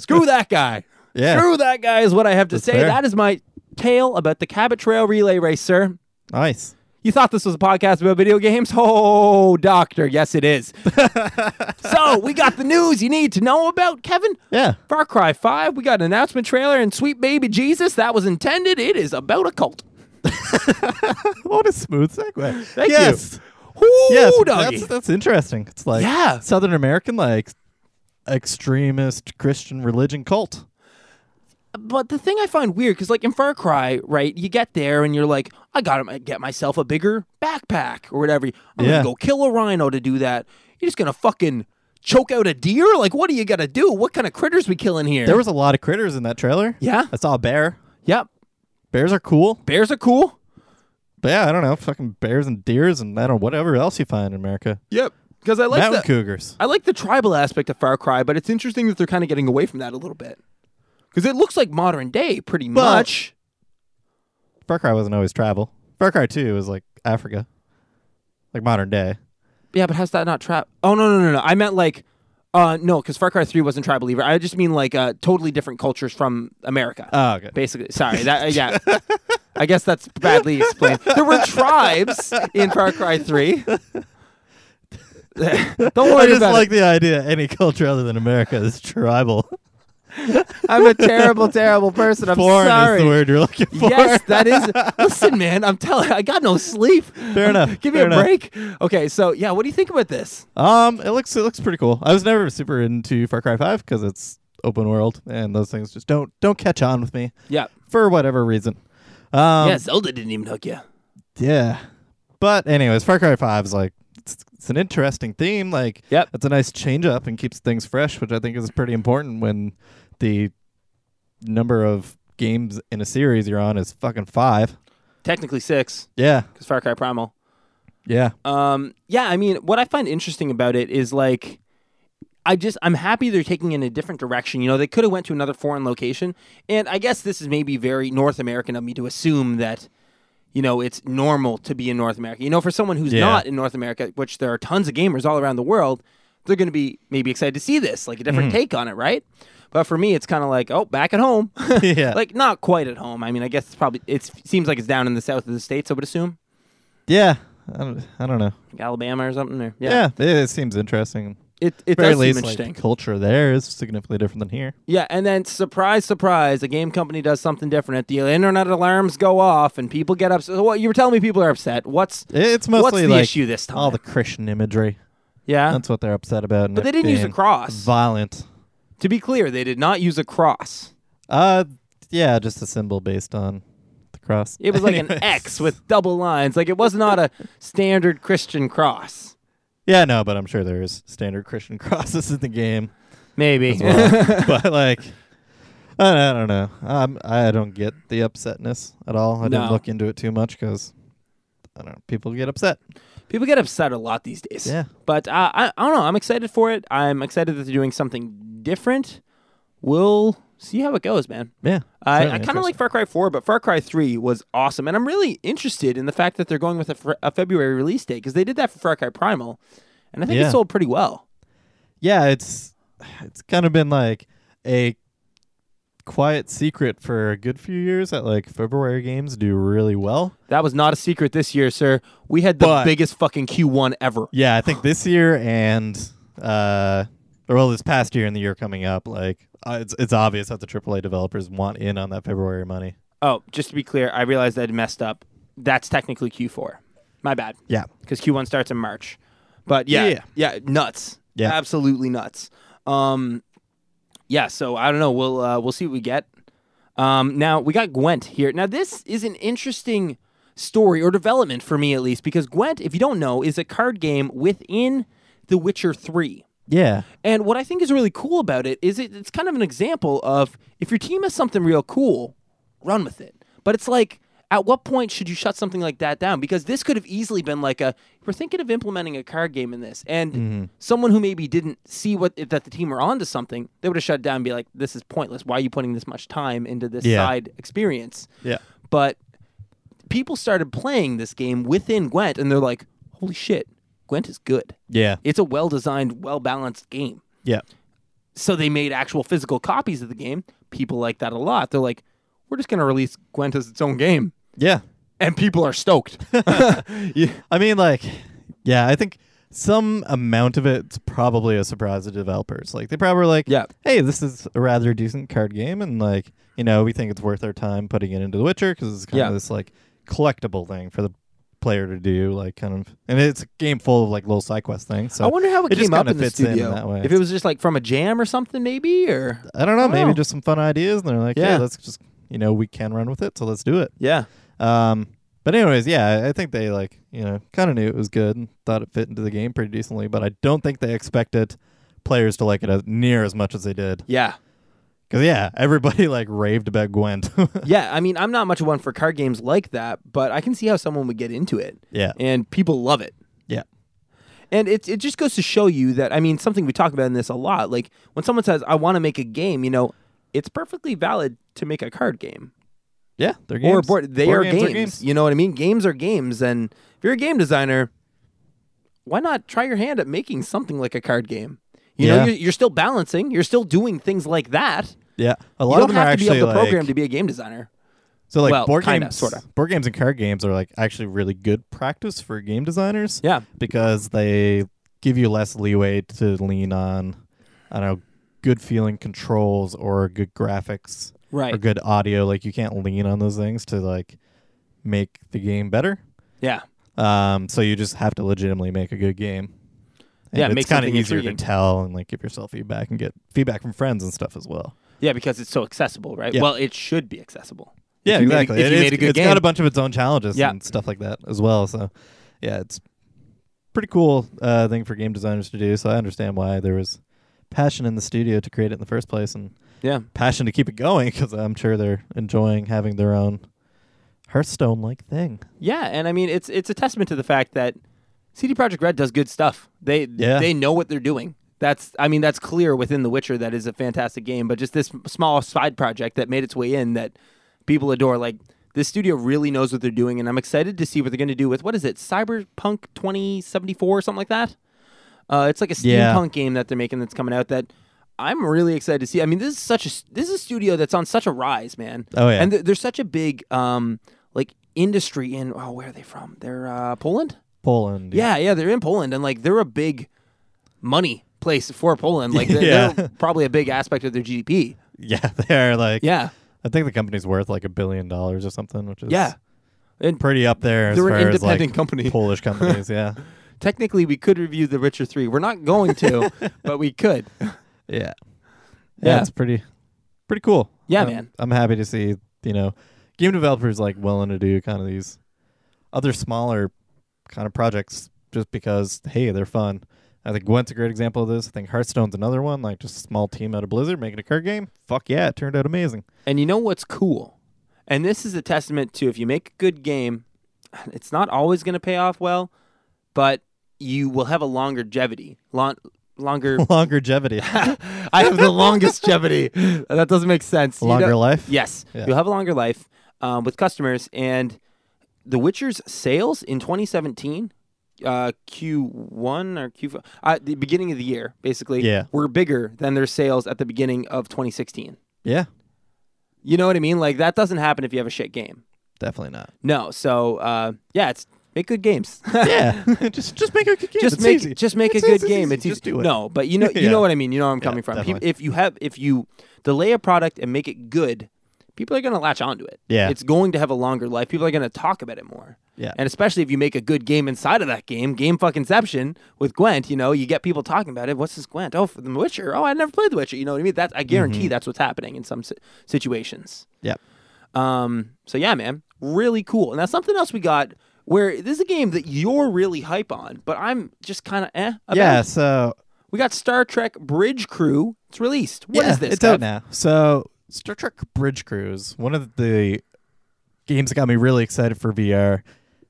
Speaker 1: Screw that guy.
Speaker 2: Yeah.
Speaker 1: Screw that guy is what I have to say.
Speaker 2: fair.
Speaker 1: That is my tale about the Cabot Trail Relay Race, sir.
Speaker 2: Nice.
Speaker 1: You thought this was a podcast about video games? *laughs* Oh, doctor, yes
Speaker 2: *laughs*
Speaker 1: it is. so we got the news you need to know about, Kevin.
Speaker 2: Yeah. *laughs*
Speaker 1: Far Cry 5, we got an announcement trailer and Sweet Baby Jesus. That was intended. It is about a cult.
Speaker 2: What a smooth segue.
Speaker 1: Thank
Speaker 2: yes.
Speaker 1: you. Whoo,
Speaker 2: Yes.
Speaker 1: doggy.
Speaker 2: That's, that's interesting. It's like
Speaker 1: Yeah.
Speaker 2: Southern American, like extremist Christian religion cult.
Speaker 1: but the thing I find weird, because like in Far Cry, right, you get there and you're like, I gotta get myself a bigger backpack or whatever. I'm
Speaker 2: Yeah.
Speaker 1: gonna go kill a rhino to do that. You're just gonna fucking choke out a deer? Like, what do you got to do? What kind of critters we killing here?
Speaker 2: There was a lot of critters in that trailer.
Speaker 1: yeah,
Speaker 2: I saw a bear.
Speaker 1: yep.
Speaker 2: Bears are cool.
Speaker 1: Bears are cool.
Speaker 2: But yeah, I don't know, fucking bears and deers and I don't whatever else you find in America.
Speaker 1: Yep, because I like
Speaker 2: Mountain
Speaker 1: the
Speaker 2: cougars.
Speaker 1: I like the tribal aspect of Far Cry, but it's interesting that they're kind of getting away from that a little bit. Because it looks like modern day, pretty
Speaker 2: Well-
Speaker 1: much.
Speaker 2: Far Cry wasn't always travel. Far Cry 2 was like Africa. Like modern day.
Speaker 1: Yeah, but how's that not trap? Oh no, no, no, no. I meant like, uh, no, because Far Cry Three wasn't tribal either. I just mean like uh, totally different cultures from America. Uh,
Speaker 2: Oh, okay.
Speaker 1: basically. Sorry, that uh, yeah. I guess that's badly explained. There were tribes in Far Cry Three. *laughs* Don't
Speaker 2: I
Speaker 1: worry
Speaker 2: just
Speaker 1: about
Speaker 2: like
Speaker 1: it.
Speaker 2: the idea any culture other than America is tribal.
Speaker 1: I'm a terrible, terrible person. I'm
Speaker 2: Foreign
Speaker 1: sorry.
Speaker 2: is the word you're looking for.
Speaker 1: Yes, that is. Listen, man, I'm telling. I got no sleep.
Speaker 2: Fair enough,
Speaker 1: Give me
Speaker 2: fair
Speaker 1: a
Speaker 2: enough.
Speaker 1: break. Okay, so yeah, what do you think about this?
Speaker 2: Um, it looks it looks pretty cool. I was never super into Far Cry Five because it's open world and those things just don't don't catch on with me
Speaker 1: Yeah,
Speaker 2: for whatever reason. Um,
Speaker 1: yeah. Zelda didn't even hook you.
Speaker 2: yeah. But anyways, Far Cry Five is like it's, it's an interesting theme. Like,
Speaker 1: Yep.
Speaker 2: it's a nice change up and keeps things fresh, which I think is pretty important when the number of games in a series you're on is fucking five.
Speaker 1: Technically six,
Speaker 2: Yeah,
Speaker 1: because Far Cry Primal.
Speaker 2: yeah.
Speaker 1: Um, yeah, I mean, what I find interesting about it is like, I just I'm happy they're taking it in a different direction. You know, they could have went to another foreign location, and I guess this is maybe very North American of me to assume that, you know, it's normal to be in North America. You know, for someone who's
Speaker 2: Yeah.
Speaker 1: not in North America, which there are tons of gamers all around the world, they're going to be maybe excited to see this, like a different take on it, right? But for me, it's kind of like, oh, back at home,
Speaker 2: *laughs*
Speaker 1: *laughs*
Speaker 2: Yeah.
Speaker 1: like not quite at home. I mean, I guess it's probably it seems like it's down in the south of the states. I would assume,
Speaker 2: Yeah, I don't, I don't know.
Speaker 1: like Alabama or something, or
Speaker 2: Yeah, it, it seems interesting.
Speaker 1: It it
Speaker 2: Very
Speaker 1: does seem
Speaker 2: least,
Speaker 1: interesting.
Speaker 2: like, the culture there is significantly different than here.
Speaker 1: yeah, and then surprise, surprise, a game company does something different. The internet alarms go off, and people get upset. What you were telling me, people are upset. What's
Speaker 2: It- It's mostly
Speaker 1: What's the
Speaker 2: like
Speaker 1: issue this time?
Speaker 2: all the Christian imagery.
Speaker 1: yeah?
Speaker 2: That's what they're upset about. and
Speaker 1: But they
Speaker 2: it
Speaker 1: didn't use a
Speaker 2: being
Speaker 1: cross.
Speaker 2: Violent.
Speaker 1: To be clear, they did not use a cross.
Speaker 2: Uh, yeah, just a symbol based on the cross.
Speaker 1: It was like an
Speaker 2: *laughs* Anyways.
Speaker 1: X with double lines. Like it was not a standard Christian cross.
Speaker 2: Yeah, no, but I'm sure there's standard Christian *laughs* crosses in the
Speaker 1: *laughs*
Speaker 2: game.
Speaker 1: Maybe.
Speaker 2: as well. *laughs* but like, I don't, I don't know. Um, I don't get the upsetness at all. I didn't
Speaker 1: No.
Speaker 2: look into it too much because I don't know. People get upset.
Speaker 1: People get upset a lot these days.
Speaker 2: Yeah.
Speaker 1: But uh, I, I don't know. I'm excited for it. I'm excited that they're doing something different. We'll see how it goes, man.
Speaker 2: Yeah,
Speaker 1: I, I
Speaker 2: certainly
Speaker 1: kind of like
Speaker 2: interesting.
Speaker 1: Far Cry 4, but Far Cry 3 was awesome. And I'm really interested in the fact that they're going with a, fr- a February release date because they did that for Far Cry Primal. And I think
Speaker 2: Yeah.
Speaker 1: it sold pretty well.
Speaker 2: Yeah, it's it's kind of been like a quiet secret for a good few years that like February games do really well.
Speaker 1: That was not a secret this year, sir. We had the
Speaker 2: But-
Speaker 1: biggest fucking Q1 ever.
Speaker 2: Yeah, I *sighs* think this year and uh, or well, this past year and the year coming up, like uh, it's it's obvious that the AAA developers want in on that February money.
Speaker 1: Oh, just to be clear, I realized I'd messed up. That's technically Q4. My bad.
Speaker 2: Yeah.
Speaker 1: because Q1 starts in March. But yeah,
Speaker 2: Yeah.
Speaker 1: yeah, nuts.
Speaker 2: Yeah.
Speaker 1: absolutely nuts. Um, yeah. So I don't know. We'll uh, we'll see what we get. Um, now we got Gwent here. Now this is an interesting story or development for me at least because Gwent, if you don't know, is a card game within The Witcher Three.
Speaker 2: Yeah.
Speaker 1: And what I think is really cool about it is it, it's kind of an example of if your team has something real cool, run with it. But it's like, at what point should you shut something like that down? Because this could have easily been like a, we're thinking of implementing a card game in this. And someone who maybe didn't see what that the team were onto something, they would have shut down and be like, this is pointless. Why are you putting this much time into this
Speaker 2: Yeah.
Speaker 1: side experience?
Speaker 2: Yeah.
Speaker 1: But people started playing this game within Gwent and they're like, holy shit, Gwent is good.
Speaker 2: Yeah.
Speaker 1: It's a well designed, well balanced game.
Speaker 2: Yeah.
Speaker 1: So they made actual physical copies of the game. People like that a lot. They're like, we're just going to release Gwent as its own game.
Speaker 2: Yeah.
Speaker 1: And people are stoked.
Speaker 2: *laughs*
Speaker 1: yeah.
Speaker 2: I mean, like, yeah, I think some amount of it's probably a surprise to developers. Like, they probably were like,
Speaker 1: Yeah.
Speaker 2: hey, this is a rather decent card game, and like, you know, we think it's worth our time putting it into The Witcher because it's kind
Speaker 1: Yeah.
Speaker 2: of this like collectible thing for the player to do, like, kind of, and it's a game full of like little side quest things. So
Speaker 1: *laughs* I wonder how it,
Speaker 2: it just
Speaker 1: came up
Speaker 2: kinda
Speaker 1: in the
Speaker 2: fits in
Speaker 1: studio.
Speaker 2: that way.
Speaker 1: If it was just like from a jam or something, maybe, or
Speaker 2: I don't know, maybe
Speaker 1: Wow.
Speaker 2: just some fun ideas, and they're like, yeah,
Speaker 1: Yeah.
Speaker 2: let's just, you know, we can run with it, so let's do it.
Speaker 1: yeah,
Speaker 2: Um, but anyways, yeah, I- I think they like you know kind of knew it was good and thought it fit into the game pretty decently, but I don't think they expected players to like it as, near as much as they did.
Speaker 1: Yeah.
Speaker 2: Because yeah, everybody *laughs* like raved about Gwent. *laughs*
Speaker 1: Yeah, I mean, I'm not much of one for card games like that, but I can see how someone would get into it.
Speaker 2: Yeah.
Speaker 1: And people love it.
Speaker 2: yeah.
Speaker 1: And it, it just goes to show you that, I mean, something we talk about in this a lot. Like, when someone says, I want to make a game, you know, it's perfectly valid to make a card game
Speaker 2: Yeah. They're games.
Speaker 1: or a board. They
Speaker 2: Board
Speaker 1: are
Speaker 2: games
Speaker 1: games, You know what I mean? Games are games. And if you're a game designer, why not try your hand at making something like a card game? You know,
Speaker 2: Yeah.
Speaker 1: you're, you're still balancing, you're still doing things like that.
Speaker 2: Yeah. A lot
Speaker 1: You
Speaker 2: of
Speaker 1: don't
Speaker 2: them are
Speaker 1: have to be
Speaker 2: actually
Speaker 1: able to
Speaker 2: like,
Speaker 1: program to be a game designer.
Speaker 2: so like
Speaker 1: well,
Speaker 2: board
Speaker 1: kinda,
Speaker 2: games,
Speaker 1: sorta.
Speaker 2: board games and card games are like actually really good practice for game designers.
Speaker 1: Yeah.
Speaker 2: because they give you less leeway to lean on, I don't know, good feeling controls or good graphics
Speaker 1: Right.
Speaker 2: or good audio. Like you can't lean on those things to like make the game better.
Speaker 1: Yeah.
Speaker 2: Um, so you just have to legitimately make a good game. And
Speaker 1: Yeah,
Speaker 2: it's
Speaker 1: make
Speaker 2: kind of
Speaker 1: something
Speaker 2: easier
Speaker 1: intriguing.
Speaker 2: to tell and like give yourself feedback and get feedback from friends and stuff as well.
Speaker 1: Yeah, because it's so accessible, right?
Speaker 2: Yeah.
Speaker 1: Well, it should be accessible.
Speaker 2: Yeah,
Speaker 1: If you made a-
Speaker 2: exactly.
Speaker 1: if
Speaker 2: It
Speaker 1: you
Speaker 2: is-
Speaker 1: made a good
Speaker 2: it's
Speaker 1: game.
Speaker 2: got a bunch of its own challenges
Speaker 1: Yeah.
Speaker 2: and stuff like that as well. So, yeah, it's pretty cool uh, thing for game designers to do. So I understand why there was passion in the studio to create it in the first place, and
Speaker 1: Yeah.
Speaker 2: passion to keep it going because I'm sure they're enjoying having their own Hearthstone-like thing.
Speaker 1: Yeah, and I mean it's it's a testament to the fact that CD Projekt Red does good stuff. They
Speaker 2: Yeah.
Speaker 1: they know what they're doing. That's I mean that's clear within The Witcher that is a fantastic game, but just this small side project that made its way in that people adore like this studio really knows what they're doing and I'm excited to see what they're going to do with what is it? Cyberpunk 2074 something like that. Uh, it's like a steampunk
Speaker 2: Yeah.
Speaker 1: game that they're making that's coming out that I'm really excited to see. I mean, this is such a s- this is a studio that's on such a rise, man.
Speaker 2: Oh, yeah.
Speaker 1: and th- there's such a big um like industry in oh where are they from? They're uh, Poland.
Speaker 2: Poland.
Speaker 1: Yeah. yeah, they're in Poland, and like they're a big money place for Poland. Like
Speaker 2: *laughs*
Speaker 1: they're,
Speaker 2: Yeah.
Speaker 1: they're probably a big aspect of their GDP.
Speaker 2: yeah, *laughs* they're like.
Speaker 1: Yeah,
Speaker 2: I think the company's worth like a billion dollars or something, which is
Speaker 1: yeah. And
Speaker 2: pretty up there as
Speaker 1: They're an
Speaker 2: far as like
Speaker 1: independent company.
Speaker 2: Polish companies.
Speaker 1: *laughs*
Speaker 2: yeah,
Speaker 1: technically, we could review The Witcher Three. We're not
Speaker 2: *laughs*
Speaker 1: going to, but we could.
Speaker 2: Yeah.
Speaker 1: Yeah.
Speaker 2: Yeah, it's pretty pretty cool.
Speaker 1: Yeah,
Speaker 2: I'm-
Speaker 1: man.
Speaker 2: I'm happy to see, you know, game developers like willing to do kind of these other smaller kind of projects just because hey, they're fun. I think Gwent's a great example of this. I think Hearthstone's another one, like just a small team out of Blizzard making a card game. Fuck yeah, it turned out
Speaker 1: *laughs*
Speaker 2: amazing.
Speaker 1: And you know what's cool? And this is a testament to if you make a good game, *sighs* it's not always going to pay off well, but you will have a longer longevity. Lon- longer.
Speaker 2: Longevity.
Speaker 1: *laughs* I have the longest longevity. That doesn't make sense. You
Speaker 2: Longer
Speaker 1: know-
Speaker 2: life.
Speaker 1: Yes.
Speaker 2: Yeah.
Speaker 1: You'll have a longer life um, with customers. And The Witcher's sales in 2017, uh, Q1 or Q4, uh, the beginning of the year, basically,
Speaker 2: Yeah.
Speaker 1: were bigger than their sales at the beginning of 2016.
Speaker 2: Yeah.
Speaker 1: You know what I mean? Like, that doesn't happen if you have a shit game.
Speaker 2: Definitely
Speaker 1: *laughs*
Speaker 2: not.
Speaker 1: No. So uh, yeah, it's make good games. *laughs*
Speaker 2: Yeah. *laughs* just just make a good game.
Speaker 1: just
Speaker 2: It's
Speaker 1: make
Speaker 2: easy.
Speaker 1: just make
Speaker 2: It's
Speaker 1: a good
Speaker 2: easy,
Speaker 1: game.
Speaker 2: easy.
Speaker 1: It's easy.
Speaker 2: Just do it.
Speaker 1: No,
Speaker 2: *laughs*
Speaker 1: but you know you
Speaker 2: Yeah.
Speaker 1: know what I mean. You know where I'm coming from. Pe-
Speaker 2: definitely.
Speaker 1: If you have if you delay a product and make it good, people are going to latch onto it.
Speaker 2: Yeah.
Speaker 1: it's going to have a longer life. People are going to talk about it more.
Speaker 2: Yeah.
Speaker 1: and especially if you make a good game inside of that game, game fuck Inception with Gwent. You know, you get people talking about it. What's this Gwent? Oh, for The Witcher. Oh, I never played The Witcher. You know what I mean? That I guarantee
Speaker 2: Mm-hmm.
Speaker 1: that's what's happening in some si- situations.
Speaker 2: Yeah.
Speaker 1: Um, so yeah, man, really cool. And that's something else we got where this is a game that you're really hype on, but I'm just kind of eh. About.
Speaker 2: Yeah, so
Speaker 1: We got Star Trek Bridge Crew. It's released. What is
Speaker 2: yeah,
Speaker 1: this?
Speaker 2: It's out
Speaker 1: Kev?
Speaker 2: now. So Star Trek Bridge Crews, one of the games that got me really excited for VR.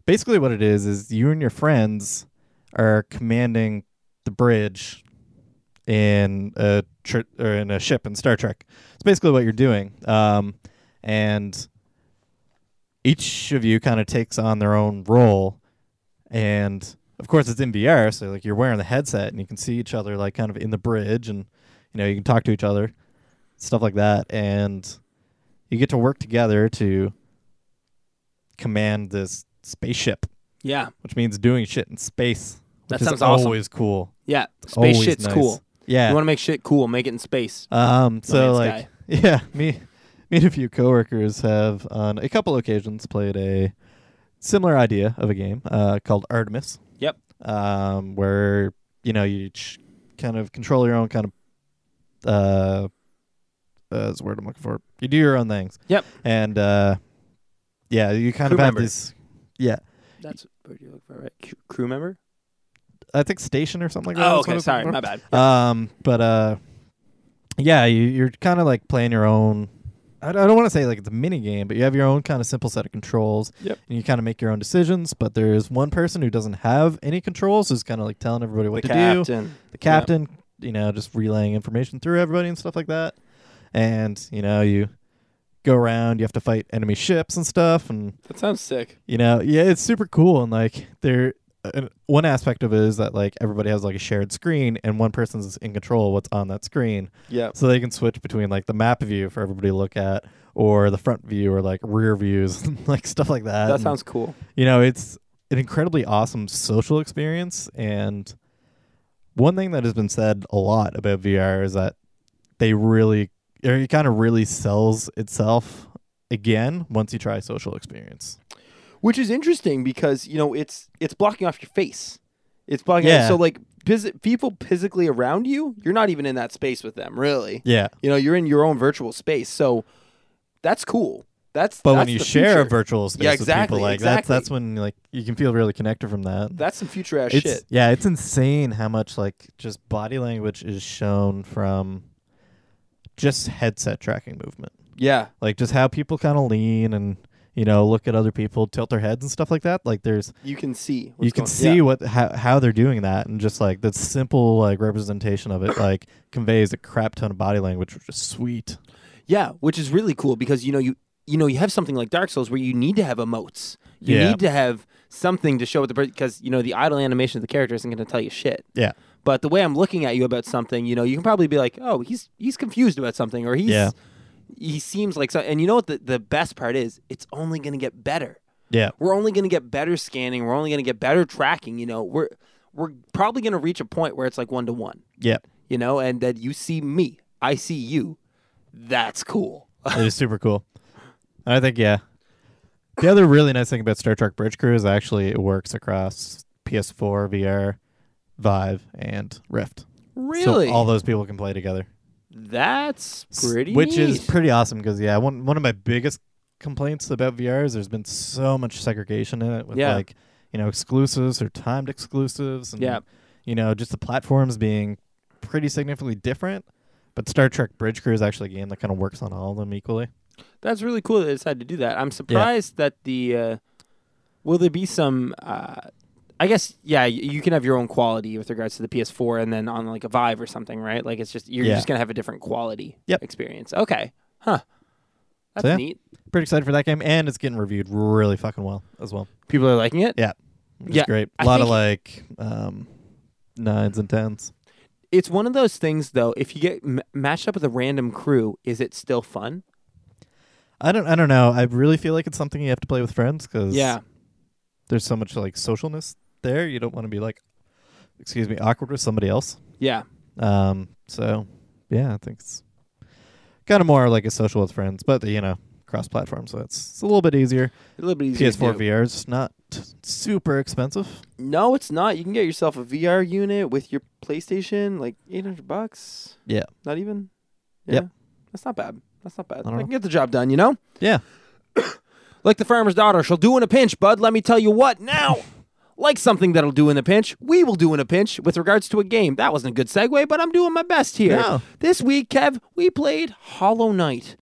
Speaker 2: Basically, what it is is you and your friends are commanding the bridge in a tr- or in a ship in Star Trek. It's basically what you're doing, um, and each of you kind of takes on their own role and of course it's in VR, so like you're wearing the headset and you can see each other like kind of in the bridge, and you know you can talk to each other, stuff like that, and you get to work together to command this spaceship,
Speaker 1: Yeah,
Speaker 2: which means doing shit in space,
Speaker 1: That
Speaker 2: which
Speaker 1: sounds
Speaker 2: is
Speaker 1: awesome.
Speaker 2: always cool.
Speaker 1: yeah. Space
Speaker 2: Always
Speaker 1: shit's
Speaker 2: nice.
Speaker 1: cool.
Speaker 2: Yeah.
Speaker 1: You want to make shit cool? Make it in space.
Speaker 2: Um, so
Speaker 1: man's
Speaker 2: like,
Speaker 1: guy.
Speaker 2: *laughs* yeah, me, me and a few coworkers have on a couple occasions played a similar idea of a game uh, called Artemis.
Speaker 1: Yep.
Speaker 2: Um, where you know you each kind of control your own kind of uh, uh, that's the word I'm looking for. You do your own things.
Speaker 1: Yep.
Speaker 2: And uh, yeah, you kind
Speaker 1: Crew
Speaker 2: of have
Speaker 1: member.
Speaker 2: this. Yeah.
Speaker 1: That's what you look for, right? Crew member.
Speaker 2: I think station or something like that.
Speaker 1: Oh,
Speaker 2: is what
Speaker 1: okay.
Speaker 2: it's
Speaker 1: Sorry,
Speaker 2: called.
Speaker 1: my bad.
Speaker 2: Um, but uh, yeah, you, you're kind of like playing your own. I, I don't want to say like it's a mini game, but you have your own kind of simple set of controls.
Speaker 1: Yep.
Speaker 2: And you kind of make your own decisions. But there is one person who doesn't have any controls, who's kind of like telling everybody what
Speaker 1: The
Speaker 2: to do
Speaker 1: captain.
Speaker 2: the captain, you know, just relaying information through everybody and stuff like that. And, you know, you go around, you have to fight enemy ships and stuff and
Speaker 1: That sounds sick.
Speaker 2: you know, yeah, it's super cool and like there uh, and one aspect of it is that like everybody has like a shared screen and one person's in control of what's on that screen.
Speaker 1: Yeah.
Speaker 2: So they can switch between like the map view for everybody to look at or the front view or like rear views *laughs* and like stuff like that.
Speaker 1: That
Speaker 2: And-
Speaker 1: sounds cool.
Speaker 2: you know, it's an incredibly awesome social experience. And one thing that has been said a lot about VR is that they really, or it kind of really sells itself again once you try social experience.
Speaker 1: Which is interesting because, you know, it's it's blocking off your face. It's blocking
Speaker 2: Yeah.
Speaker 1: so like phys- people physically around you, you're not even in that space with them, really.
Speaker 2: Yeah.
Speaker 1: You know, you're in your own virtual space. So that's cool. That's
Speaker 2: But
Speaker 1: that's
Speaker 2: when you
Speaker 1: the
Speaker 2: share a
Speaker 1: future.
Speaker 2: virtual space
Speaker 1: Yeah,
Speaker 2: with people,
Speaker 1: exactly,
Speaker 2: like that's
Speaker 1: exactly.
Speaker 2: that's when like you can feel really connected from that.
Speaker 1: that's some future ass
Speaker 2: it's,
Speaker 1: shit.
Speaker 2: Yeah, it's insane how much like just body language is shown from just headset tracking movement.
Speaker 1: Yeah.
Speaker 2: like just how people kind of lean and you know look at other people tilt their heads and stuff like that like there's
Speaker 1: You can see.
Speaker 2: you
Speaker 1: what's
Speaker 2: can
Speaker 1: going-
Speaker 2: see
Speaker 1: yeah.
Speaker 2: what how, how they're doing that and just like that simple like representation of it like conveys a crap ton of body language which is
Speaker 1: *clears throat*
Speaker 2: sweet
Speaker 1: Yeah, which is really cool because you know you you know you have something like Dark Souls where you need to have emotes. You
Speaker 2: Yeah.
Speaker 1: need to have something to show what the because you know the idle animation of the character isn't going to tell you shit.
Speaker 2: yeah
Speaker 1: But the way I'm looking at you about something, you know, you can probably be like, "Oh, he's he's confused about something," or he's
Speaker 2: Yeah.
Speaker 1: he seems like so. And you know what the the best part is? It's only going to get better.
Speaker 2: yeah
Speaker 1: We're only going to get better scanning. We're only going to get better tracking. You know, we're we're probably going to reach a point where it's like one to one.
Speaker 2: yeah
Speaker 1: You know, and that you see me, I see you. That's cool.
Speaker 2: it is super cool i think yeah the other really nice thing about star trek bridge crew is actually it works across ps4 vr vive and rift
Speaker 1: Really?
Speaker 2: so all those people can play together
Speaker 1: That's
Speaker 2: S-
Speaker 1: pretty.
Speaker 2: which is
Speaker 1: neat.
Speaker 2: pretty awesome because yeah one one of my biggest complaints about VR is there's been so much segregation in it with
Speaker 1: Yeah.
Speaker 2: like you know exclusives or timed exclusives and
Speaker 1: Yeah.
Speaker 2: you know just the platforms being pretty significantly different but Star Trek Bridge Crew is actually a game that kind of works on all of them equally
Speaker 1: that's really cool that they decided to do that. I'm surprised that the uh, will there be some. Uh, I guess yeah, y- you can have your own quality with regards to the PS4, and then on like a Vive or something, right? Like it's just you're
Speaker 2: Yeah.
Speaker 1: just gonna have a different quality
Speaker 2: Yep.
Speaker 1: experience. Okay, huh? That's
Speaker 2: So, yeah.
Speaker 1: neat.
Speaker 2: pretty excited for that game and it's getting reviewed really fucking well as well
Speaker 1: People are liking it.
Speaker 2: Yeah. which is
Speaker 1: Yeah,
Speaker 2: great
Speaker 1: I
Speaker 2: a lot of
Speaker 1: think-
Speaker 2: like um nines and tens
Speaker 1: It's one of those things though. If you get m- matched up with a random crew, is it still fun?
Speaker 2: I don't I don't know I really feel like it's something you have to play with friends because
Speaker 1: Yeah.
Speaker 2: there's so much like socialness there. You don't want to be like, excuse me, awkward with somebody else.
Speaker 1: Yeah.
Speaker 2: Um, so yeah, I think it's kind of more like a social with friends, but you know, cross platform, so it's, it's a little bit easier.
Speaker 1: A little bit easier. to
Speaker 2: PS4
Speaker 1: do.
Speaker 2: VR is not super expensive.
Speaker 1: No, it's not. You can get yourself a VR unit with your PlayStation, like eight hundred bucks.
Speaker 2: Yeah.
Speaker 1: Not even.
Speaker 2: Yep.
Speaker 1: That's not bad. That's not bad.
Speaker 2: don't
Speaker 1: I,
Speaker 2: know.
Speaker 1: can get the job done, you know.
Speaker 2: Yeah,
Speaker 1: Like the farmer's daughter, she'll do in a pinch, bud. Let me tell you what now. *laughs* like something that'll do in a pinch, we will do in a pinch with regards to a game. That wasn't a good segue, but I'm doing my best here.
Speaker 2: No.
Speaker 1: This week, Kev, we played Hollow Knight.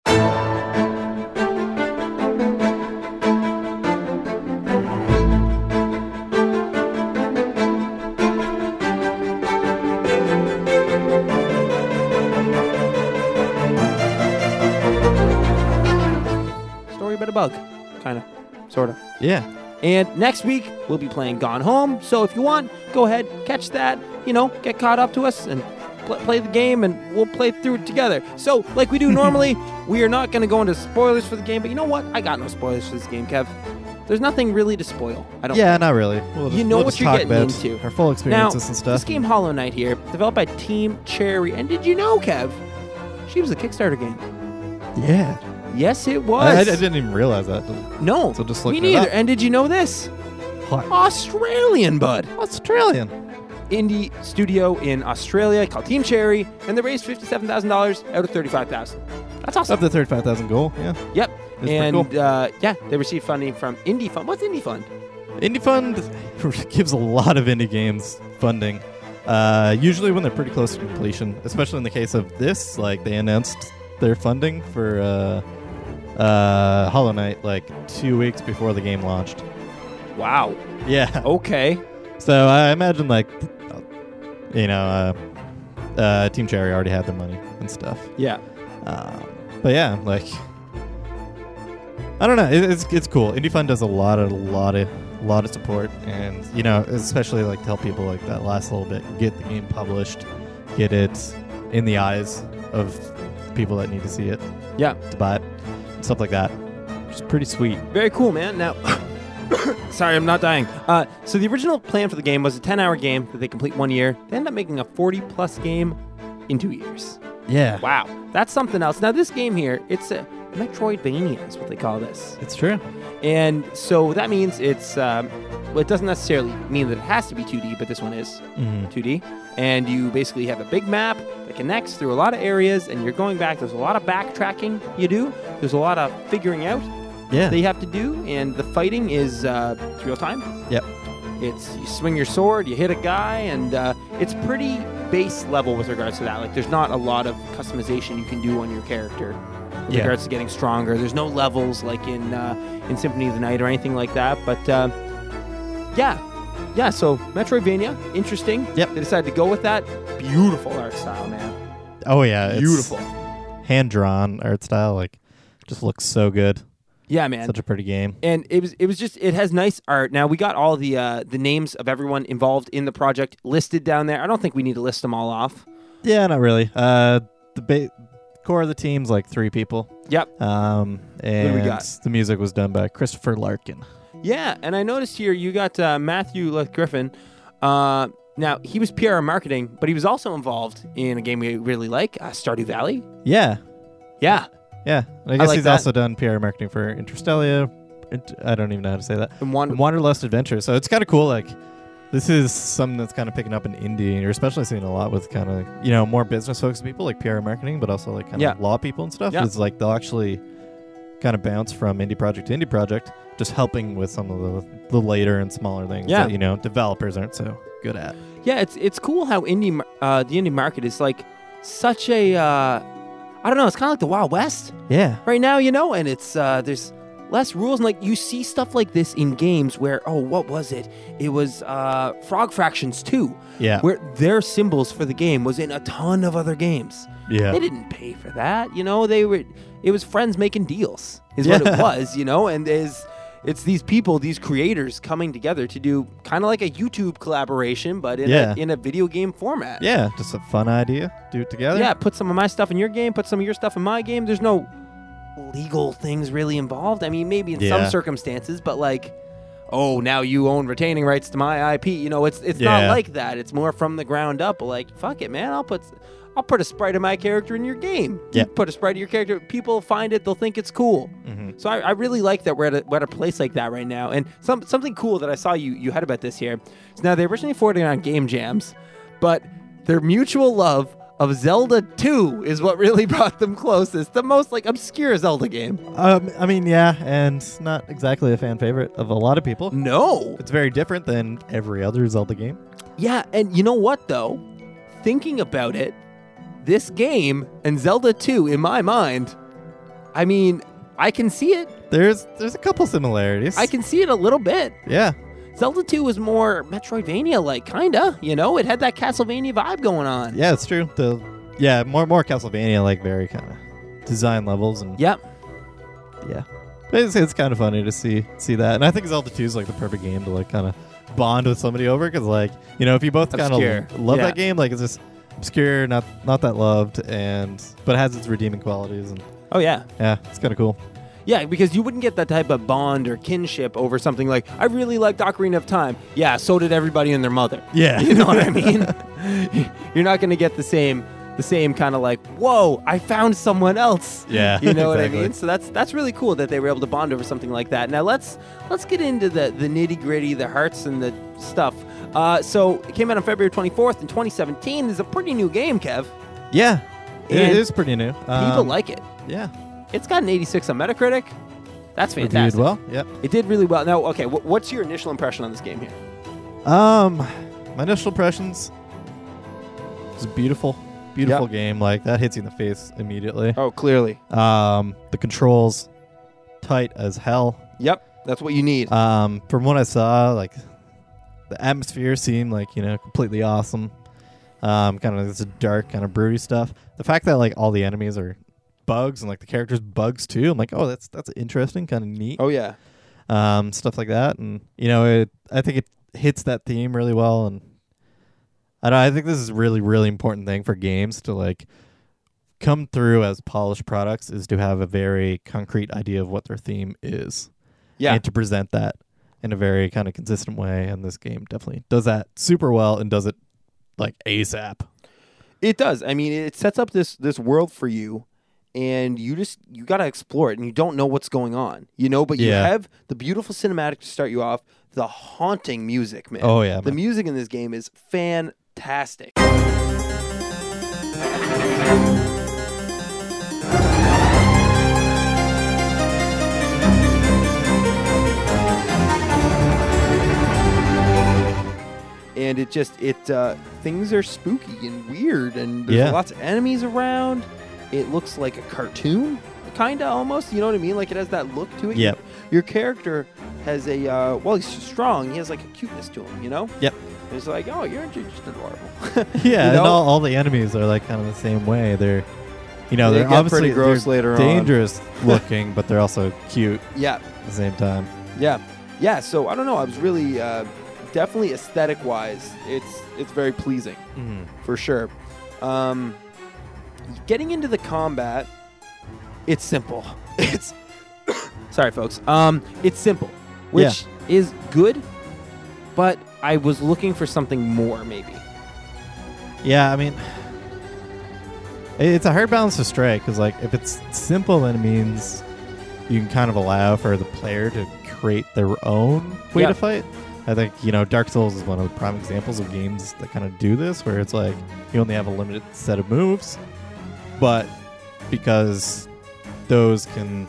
Speaker 1: Story about a bug, kind of, sort of.
Speaker 2: yeah,
Speaker 1: And next week, we'll be playing Gone Home. So if you want, go ahead, catch that, you know, get caught up to us and pl- play the game, and we'll play through it together. So, like we do
Speaker 2: *laughs*
Speaker 1: normally, we are not going to go into spoilers for the game, but you know what? I got no spoilers for this game, Kev. There's nothing really to spoil. I don't
Speaker 2: yeah, not really. We'll
Speaker 1: You
Speaker 2: just-
Speaker 1: know
Speaker 2: we'll
Speaker 1: what
Speaker 2: just
Speaker 1: you're
Speaker 2: talk
Speaker 1: getting
Speaker 2: about
Speaker 1: into.
Speaker 2: Our full
Speaker 1: now,
Speaker 2: experiences and stuff.
Speaker 1: this game Hollow Knight here, developed by Team Cherry. And did you know, Kev? She was a Kickstarter game.
Speaker 2: yeah,
Speaker 1: Yes, it
Speaker 2: I, I- I
Speaker 1: was.
Speaker 2: didn't even realize that.
Speaker 1: no,
Speaker 2: So just
Speaker 1: me
Speaker 2: looking it
Speaker 1: neither.
Speaker 2: up.
Speaker 1: And did you know this?
Speaker 2: What?
Speaker 1: Australian, bud.
Speaker 2: Australian.
Speaker 1: indie studio in Australia called Team Cherry, and they raised fifty-seven thousand dollars out of thirty-five thousand. That's awesome.
Speaker 2: Up to thirty-five thousand goal. Yeah,
Speaker 1: Yep.
Speaker 2: That's pretty
Speaker 1: and
Speaker 2: cool.
Speaker 1: uh, yeah, they received
Speaker 2: *laughs*
Speaker 1: funding from Indie Fund. What's Indie Fund?
Speaker 2: Indie Fund gives a lot of indie games funding. Uh, usually when they're pretty close to completion, especially in the case of this, like they announced their funding for uh, uh, Hollow Knight like two weeks before the game launched.
Speaker 1: Wow.
Speaker 2: Yeah.
Speaker 1: Okay.
Speaker 2: So I imagine like, you know, uh, uh, Team Cherry already had their money and stuff.
Speaker 1: Yeah.
Speaker 2: Um, but yeah, like I don't know, it, it's it's cool. Indie Fund does a lot of lot of lot of support, and you know, especially like to help people like that last little bit get the game published, get it in the eyes of people that need to see it
Speaker 1: Yeah.
Speaker 2: to buy it, stuff like that. It's pretty sweet.
Speaker 1: Very cool, man. Now, *coughs* sorry, I'm not dying. Uh, so the original plan for the game was a 10-hour game that they complete one year. They end up making a 40-plus game in two years.
Speaker 2: Yeah,
Speaker 1: Wow, that's something else. Now this game here, it's a Metroidvania is what they call this,
Speaker 2: it's true.
Speaker 1: and so that means it's. Um, well, it doesn't necessarily mean that it has to be 2D, but this one is
Speaker 2: hmm
Speaker 1: 2D, and you basically have a big map that connects through a lot of areas, and you're going back. There's a lot of backtracking you do. There's a lot of figuring out
Speaker 2: Yeah,
Speaker 1: that you have to do, and the fighting is uh, it's real time.
Speaker 2: Yep.
Speaker 1: It's you swing your sword, you hit a guy, and uh, it's pretty base level with regards to that. Like, there's not a lot of customization you can do on your character with
Speaker 2: Yeah.
Speaker 1: regards to getting stronger. There's no levels like in uh, in Symphony of the Night or anything like that. But uh, yeah, yeah. So Metroidvania, interesting.
Speaker 2: Yep.
Speaker 1: They decided to go with that. Beautiful art style, man.
Speaker 2: oh yeah, it's
Speaker 1: Beautiful.
Speaker 2: hand drawn art style. Like, just looks so good.
Speaker 1: Yeah, man.
Speaker 2: Such a pretty game.
Speaker 1: and it was it was just it has nice art. Now we got all the uh, the names of everyone involved in the project listed down there. I don't think we need to list them all off.
Speaker 2: Yeah, not really. Uh, the ba- core of the team's like three people.
Speaker 1: Yep.
Speaker 2: Um, and
Speaker 1: we got?
Speaker 2: the music was done by Christopher Larkin.
Speaker 1: Yeah, and I noticed here you got uh, Matthew Leth Griffin. Uh, now he was PR and marketing, but he was also involved in a game we really like, uh, Stardew Valley.
Speaker 2: Yeah,
Speaker 1: Yeah,
Speaker 2: yeah. I guess
Speaker 1: like
Speaker 2: he's
Speaker 1: that.
Speaker 2: also done PR marketing for Interstellar. Int- I don't even know how to say that.
Speaker 1: and one
Speaker 2: Wanderlust Adventure. So it's kind of cool. Like, this is something that's kind of picking up in indie, and you're especially seeing a lot with kind of you know more business focused people like PR and marketing, but also like kind of
Speaker 1: Yeah.
Speaker 2: law people and stuff.
Speaker 1: Yeah.
Speaker 2: Is like they'll actually kind of bounce from indie project to indie project, just helping with some of the the later and smaller things
Speaker 1: Yeah.
Speaker 2: that you know developers aren't so good at.
Speaker 1: Yeah, it's it's cool how indie mar- uh, the indie market is like such a uh, I don't know. It's kind of like the Wild West.
Speaker 2: Yeah.
Speaker 1: right now, you know, and it's uh, there's less rules, and like you see stuff like this in games where oh, what was it? It was uh, Frog Fractions Two,
Speaker 2: Yeah.
Speaker 1: where their symbols for the game was in a ton of other games.
Speaker 2: yeah.
Speaker 1: They didn't pay for that, you know. They were it was friends making deals, is what it
Speaker 2: Yeah. *laughs*
Speaker 1: was, you know, and is. It's these people, these creators coming together to do kind of like a YouTube collaboration, but in,
Speaker 2: Yeah.
Speaker 1: a, in a video game format.
Speaker 2: Yeah. Just a fun idea. Do it together.
Speaker 1: Yeah, put some of my stuff in your game, put some of your stuff in my game. There's no legal things really involved. I mean, maybe in some
Speaker 2: Yeah.
Speaker 1: circumstances, but like, oh, now you own retaining rights to my IP. You know, it's it's not
Speaker 2: Yeah.
Speaker 1: like that. It's more from the ground up. Like, fuck it, man. I'll put I'll put a sprite of my character in your game.
Speaker 2: Yeah.
Speaker 1: You put a sprite of your character. People find it. They'll think it's cool.
Speaker 2: Mhm.
Speaker 1: So I, I really like that we're at, a, we're at a place like that right now. And some something cool that I saw you you had about this here. So now they originally forwarded on game jams, but their mutual love of Zelda 2 is what really *laughs* brought them closest. The most like obscure Zelda game.
Speaker 2: Um, I mean, yeah, and it's not exactly a fan favorite of a lot of
Speaker 1: Mm.
Speaker 2: people.
Speaker 1: No.
Speaker 2: It's very different than every other Zelda game.
Speaker 1: Yeah, and you know what though? Thinking about it, this game and Zelda 2 in my mind, I mean, I can see it.
Speaker 2: There's there's a couple similarities.
Speaker 1: I can see it a little bit.
Speaker 2: yeah,
Speaker 1: Zelda 2 was more Metroidvania like, kinda. You know, it had that Castlevania vibe going on.
Speaker 2: yeah, it's true. The yeah, more more Castlevania like very kind of design levels and
Speaker 1: Yep.
Speaker 2: yeah. It's, it's kind of funny to see see that, and I think Zelda Two is like the perfect game to like kind of bond with somebody over because like you know if you both kind
Speaker 1: Obscure.
Speaker 2: of love
Speaker 1: Yeah.
Speaker 2: that game, like it's just obscure, not not that loved, and but it has its redeeming qualities, and
Speaker 1: Oh yeah.
Speaker 2: yeah, it's kind of cool.
Speaker 1: Yeah, because you wouldn't get that type of bond or kinship over something like I really liked Ocarina of Time. Yeah, so did everybody and their mother.
Speaker 2: Yeah,
Speaker 1: *laughs* You know what
Speaker 2: *laughs*
Speaker 1: I mean? You're not gonna get the same the same kind of like, whoa, I found someone else.
Speaker 2: Yeah,
Speaker 1: You know what I
Speaker 2: exactly.
Speaker 1: mean? So that's that's really cool that they were able to bond over something like that. Now let's let's get into the the nitty gritty, the hearts and the stuff. Uh, so it came out on February 24th in 2017. It's a pretty new game, Kev.
Speaker 2: Yeah, it
Speaker 1: And
Speaker 2: is pretty new. People
Speaker 1: People like it.
Speaker 2: yeah,
Speaker 1: It's got an 86 on Metacritic. That's
Speaker 2: reviewed
Speaker 1: fantastic.
Speaker 2: well. Yep.
Speaker 1: It did really well. Now, okay, wh- what's your initial impression on this game here?
Speaker 2: Um, my initial impressions it's beautiful, beautiful game. Like that hits you in the face immediately.
Speaker 1: Oh, clearly.
Speaker 2: Um, the controls tight as hell.
Speaker 1: Yep, that's what you need.
Speaker 2: Um, from what I saw, like the atmosphere seemed like you know completely awesome. Um, kind of this dark, kind of broody stuff. The fact that like all the enemies are bugs and like the characters bugs too. I'm like, oh, that's that's interesting, kind of neat.
Speaker 1: oh yeah.
Speaker 2: Um, stuff like that, and you know, it. I think it hits that theme really well, and I don't. I think this is a really really important thing for games to like come through as polished products is to have a very concrete idea of what their theme is
Speaker 1: Yeah.
Speaker 2: and to present that in a very kind of consistent way. And this game definitely does that super well and does it like ASAP.
Speaker 1: *laughs* It does. I mean, it sets up this this world for you, and you just you got to explore it, and you don't know what's going on, you know. But you
Speaker 2: Yeah.
Speaker 1: have the beautiful cinematic to start you off, the haunting music, man.
Speaker 2: Oh, yeah,
Speaker 1: the
Speaker 2: man.
Speaker 1: music in this game is fantastic. and it just it uh, things are spooky and weird and there's
Speaker 2: Yeah.
Speaker 1: lots of enemies around it looks like a cartoon kinda almost you know what i mean like it has that look to it
Speaker 2: Yep.
Speaker 1: your character has a uh, well he's strong he has like a cuteness to him you know
Speaker 2: Yep.
Speaker 1: and it's like oh you're just
Speaker 2: *laughs*
Speaker 1: adorable
Speaker 2: Yeah, and
Speaker 1: know?
Speaker 2: all, all the enemies are like kind of the same way. They're you know,
Speaker 1: They
Speaker 2: they're
Speaker 1: get
Speaker 2: obviously
Speaker 1: pretty gross
Speaker 2: they're
Speaker 1: later on.
Speaker 2: dangerous looking, but they're also cute
Speaker 1: yeah
Speaker 2: at the same time.
Speaker 1: Yeah, yeah. So I don't know. I was really uh, definitely aesthetic wise, it's it's very pleasing for sure. Um, getting into the combat, it's simple. *laughs* It's *coughs* sorry, folks. Um, it's simple, which is good, but I was looking for something more, maybe.
Speaker 2: Yeah, I mean, i- it's a hard balance to strike because, like, if it's simple, then it means you can kind of allow for the player to create their own way
Speaker 1: Yeah.
Speaker 2: to fight. I think you know Dark Souls is one of the prime examples of games that kind of do this, where it's like you only have a limited set of moves, but because those can,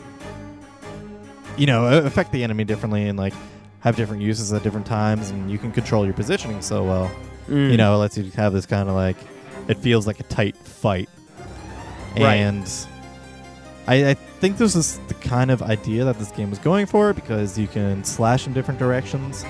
Speaker 2: you know, a- affect the enemy differently and like have different uses at different times, and you can control your positioning so well
Speaker 1: Hmm.
Speaker 2: you know, it lets you have this kind of like, it feels like a tight fight.
Speaker 1: Right.
Speaker 2: And I, I think this is the kind of idea that this game was going for because you can slash in different directions.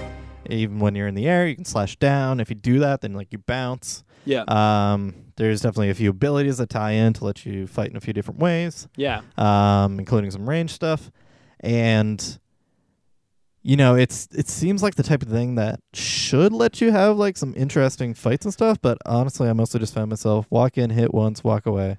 Speaker 2: Even when you're in the air, you can slash down. If you do that, then like you bounce.
Speaker 1: Yeah,
Speaker 2: Um, there's definitely a few abilities that tie in to let you fight in a few different ways
Speaker 1: yeah,
Speaker 2: um, including some range stuff. And you know, it's it seems like the type of thing that should let you have like some interesting fights and stuff. But honestly, I mostly just found myself walk in, hit once, walk away.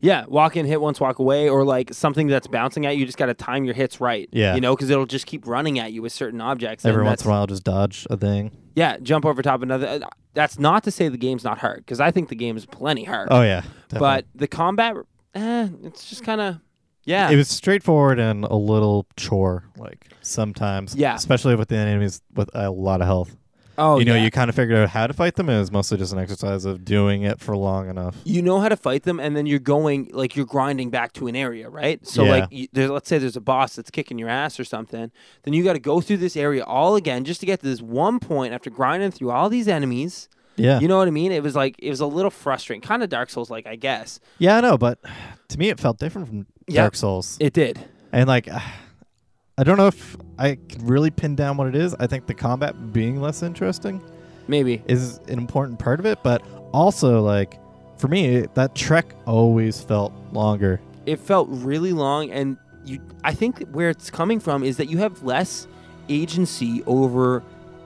Speaker 1: yeah. Walk in, hit once, walk away, or like something that's bouncing at you. You just got to time your hits right.
Speaker 2: Yeah.
Speaker 1: you know, because it'll just keep running at you with certain objects.
Speaker 2: Every
Speaker 1: and
Speaker 2: once
Speaker 1: that's-
Speaker 2: in a while, just dodge a thing.
Speaker 1: Yeah, jump over top of another. uh, That's not to say the game's not hard, because I think the game is plenty hard.
Speaker 2: Oh yeah, definitely.
Speaker 1: but the combat, eh, it's just kind of, yeah,
Speaker 2: it was straightforward and a little chore, like sometimes.
Speaker 1: Yeah.
Speaker 2: especially with the enemies with a lot of health.
Speaker 1: oh,
Speaker 2: you know,
Speaker 1: yeah.
Speaker 2: you kind of figured out how to fight them. And it was mostly just an exercise of doing it for long enough.
Speaker 1: you know how to fight them, and then you're going like you're grinding back to an area, right? So
Speaker 2: Yeah.
Speaker 1: like, you, there's, let's say there's a boss that's kicking your ass or something, then you got to go through this area all again just to get to this one point after grinding through all these enemies.
Speaker 2: Yeah,
Speaker 1: You know what I mean? It was like it was a little frustrating, kind of Dark Souls like, I guess.
Speaker 2: Yeah, I know, but to me it felt different from
Speaker 1: Yeah.
Speaker 2: Dark Souls.
Speaker 1: It did.
Speaker 2: and like *sighs* I don't know if I can really pin down what it is. I think the combat being less interesting
Speaker 1: Maybe.
Speaker 2: is an important part of it, but also like for me that trek always felt longer.
Speaker 1: it felt really long and you i think where it's coming from is that you have less agency over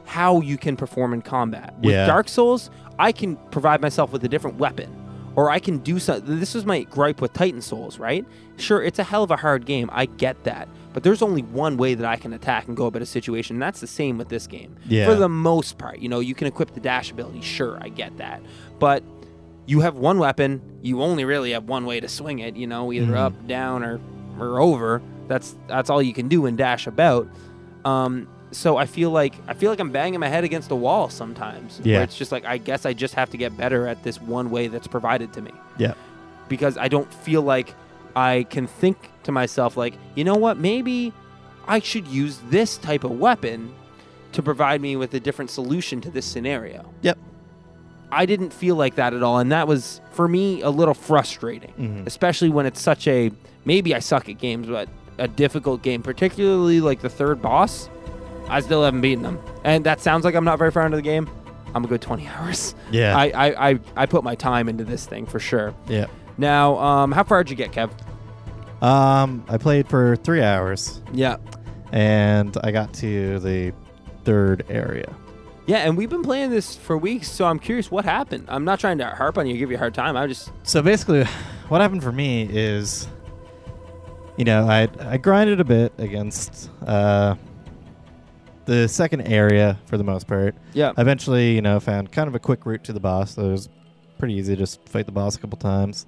Speaker 1: how you can perform in combat with
Speaker 2: Yeah.
Speaker 1: dark souls i can provide myself with a different weapon or i can do something this was my gripe with titan souls right sure it's a hell of a hard game i get that but there's only one way that i can attack and go about a situation and that's the same with this game
Speaker 2: Yeah.
Speaker 1: for the most part you know you can equip the dash ability sure i get that but you have one weapon. You only really have one way to swing it. You know, either
Speaker 2: Mhm.
Speaker 1: up, down, or or over. That's that's all you can do and dash about. Um, so I feel like I feel like I'm banging my head against a wall sometimes.
Speaker 2: Yeah.
Speaker 1: Where it's just like I guess I just have to get better at this one way that's provided to me.
Speaker 2: Yeah.
Speaker 1: Because I don't feel like I can think to myself like, you know what, maybe I should use this type of weapon to provide me with a different solution to this scenario.
Speaker 2: Yep.
Speaker 1: I didn't feel like that at all, and that was for me a little frustrating, especially when it's such a maybe I suck at games, but a difficult game, particularly like the third boss. I still haven't beaten them, and that sounds like I'm not very far into the game. I'm a good 20 *laughs* hours.
Speaker 2: Yeah.
Speaker 1: I I, I, I put my time into this thing for sure.
Speaker 2: Yeah.
Speaker 1: Now, um, how far did you get, Kev?
Speaker 2: Um, I played for three hours,
Speaker 1: Yeah.
Speaker 2: and I got to the third area.
Speaker 1: Yeah, and we've been playing this for weeks, so I'm curious what happened. I'm not trying to harp on you, give you a hard time. I just
Speaker 2: So basically, what happened for me is, you know, I I grinded a bit against uh, the second area for the most part.
Speaker 1: yeah.
Speaker 2: I eventually, you know, found kind of a quick route to the boss. So it was pretty easy. Just fight the boss a couple times.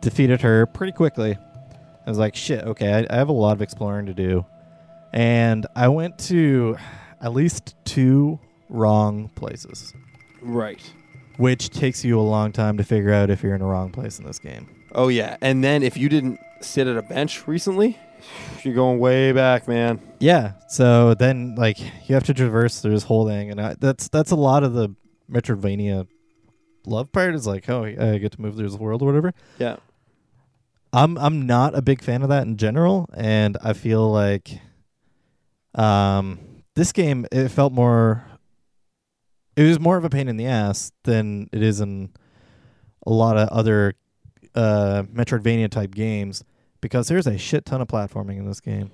Speaker 2: Defeated her pretty quickly. I was like, shit, okay, I, I have a lot of exploring to do. And I went to at least two wrong places,
Speaker 1: right.
Speaker 2: which takes you a long time to figure out if you're in the wrong place in this game.
Speaker 1: Oh yeah, and then if you didn't sit at a bench recently, you're going way back, man.
Speaker 2: Yeah. So then, like, you have to traverse through this whole thing, and I, that's that's a lot of the Metroidvania love part. Is like, oh, I get to move through this world or whatever.
Speaker 1: Yeah.
Speaker 2: I'm I'm not a big fan of that in general, and I feel like um this game it felt more it was more of a pain in the ass than it is in a lot of other uh Metroidvania type games because there's a shit ton of platforming in this game.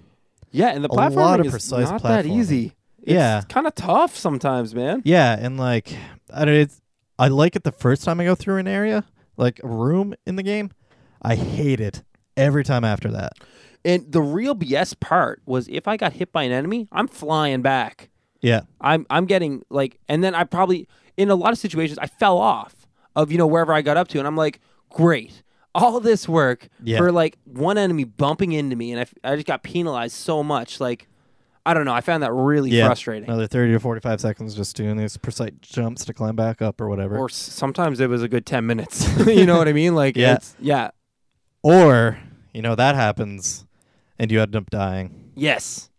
Speaker 1: Yeah, and the
Speaker 2: A lot
Speaker 1: platforming
Speaker 2: of
Speaker 1: is
Speaker 2: precise
Speaker 1: not that
Speaker 2: platforming.
Speaker 1: easy. It's
Speaker 2: Yeah.
Speaker 1: kind of tough sometimes, man.
Speaker 2: Yeah, and like I don't it's I like it the first time I go through an area, like a room in the game. I hate it every time after that.
Speaker 1: And the real BS part was if I got hit by an enemy, I'm flying back.
Speaker 2: Yeah.
Speaker 1: I'm I'm getting like, and then I probably in a lot of situations I fell off of you know wherever I got up to, and I'm like, great, all this work
Speaker 2: Yeah.
Speaker 1: for like one enemy bumping into me, and I, f- I just got penalized so much. Like, I don't know, I found that really frustrating.
Speaker 2: Another 30 or 45 seconds just doing these precise jumps to climb back up or whatever.
Speaker 1: Or
Speaker 2: Or,
Speaker 1: s- sometimes it was a good ten minutes. *laughs* you know what I mean? Like,
Speaker 2: Yeah.
Speaker 1: it's, yeah,
Speaker 2: you know, that happens and you end up dying.
Speaker 1: yes,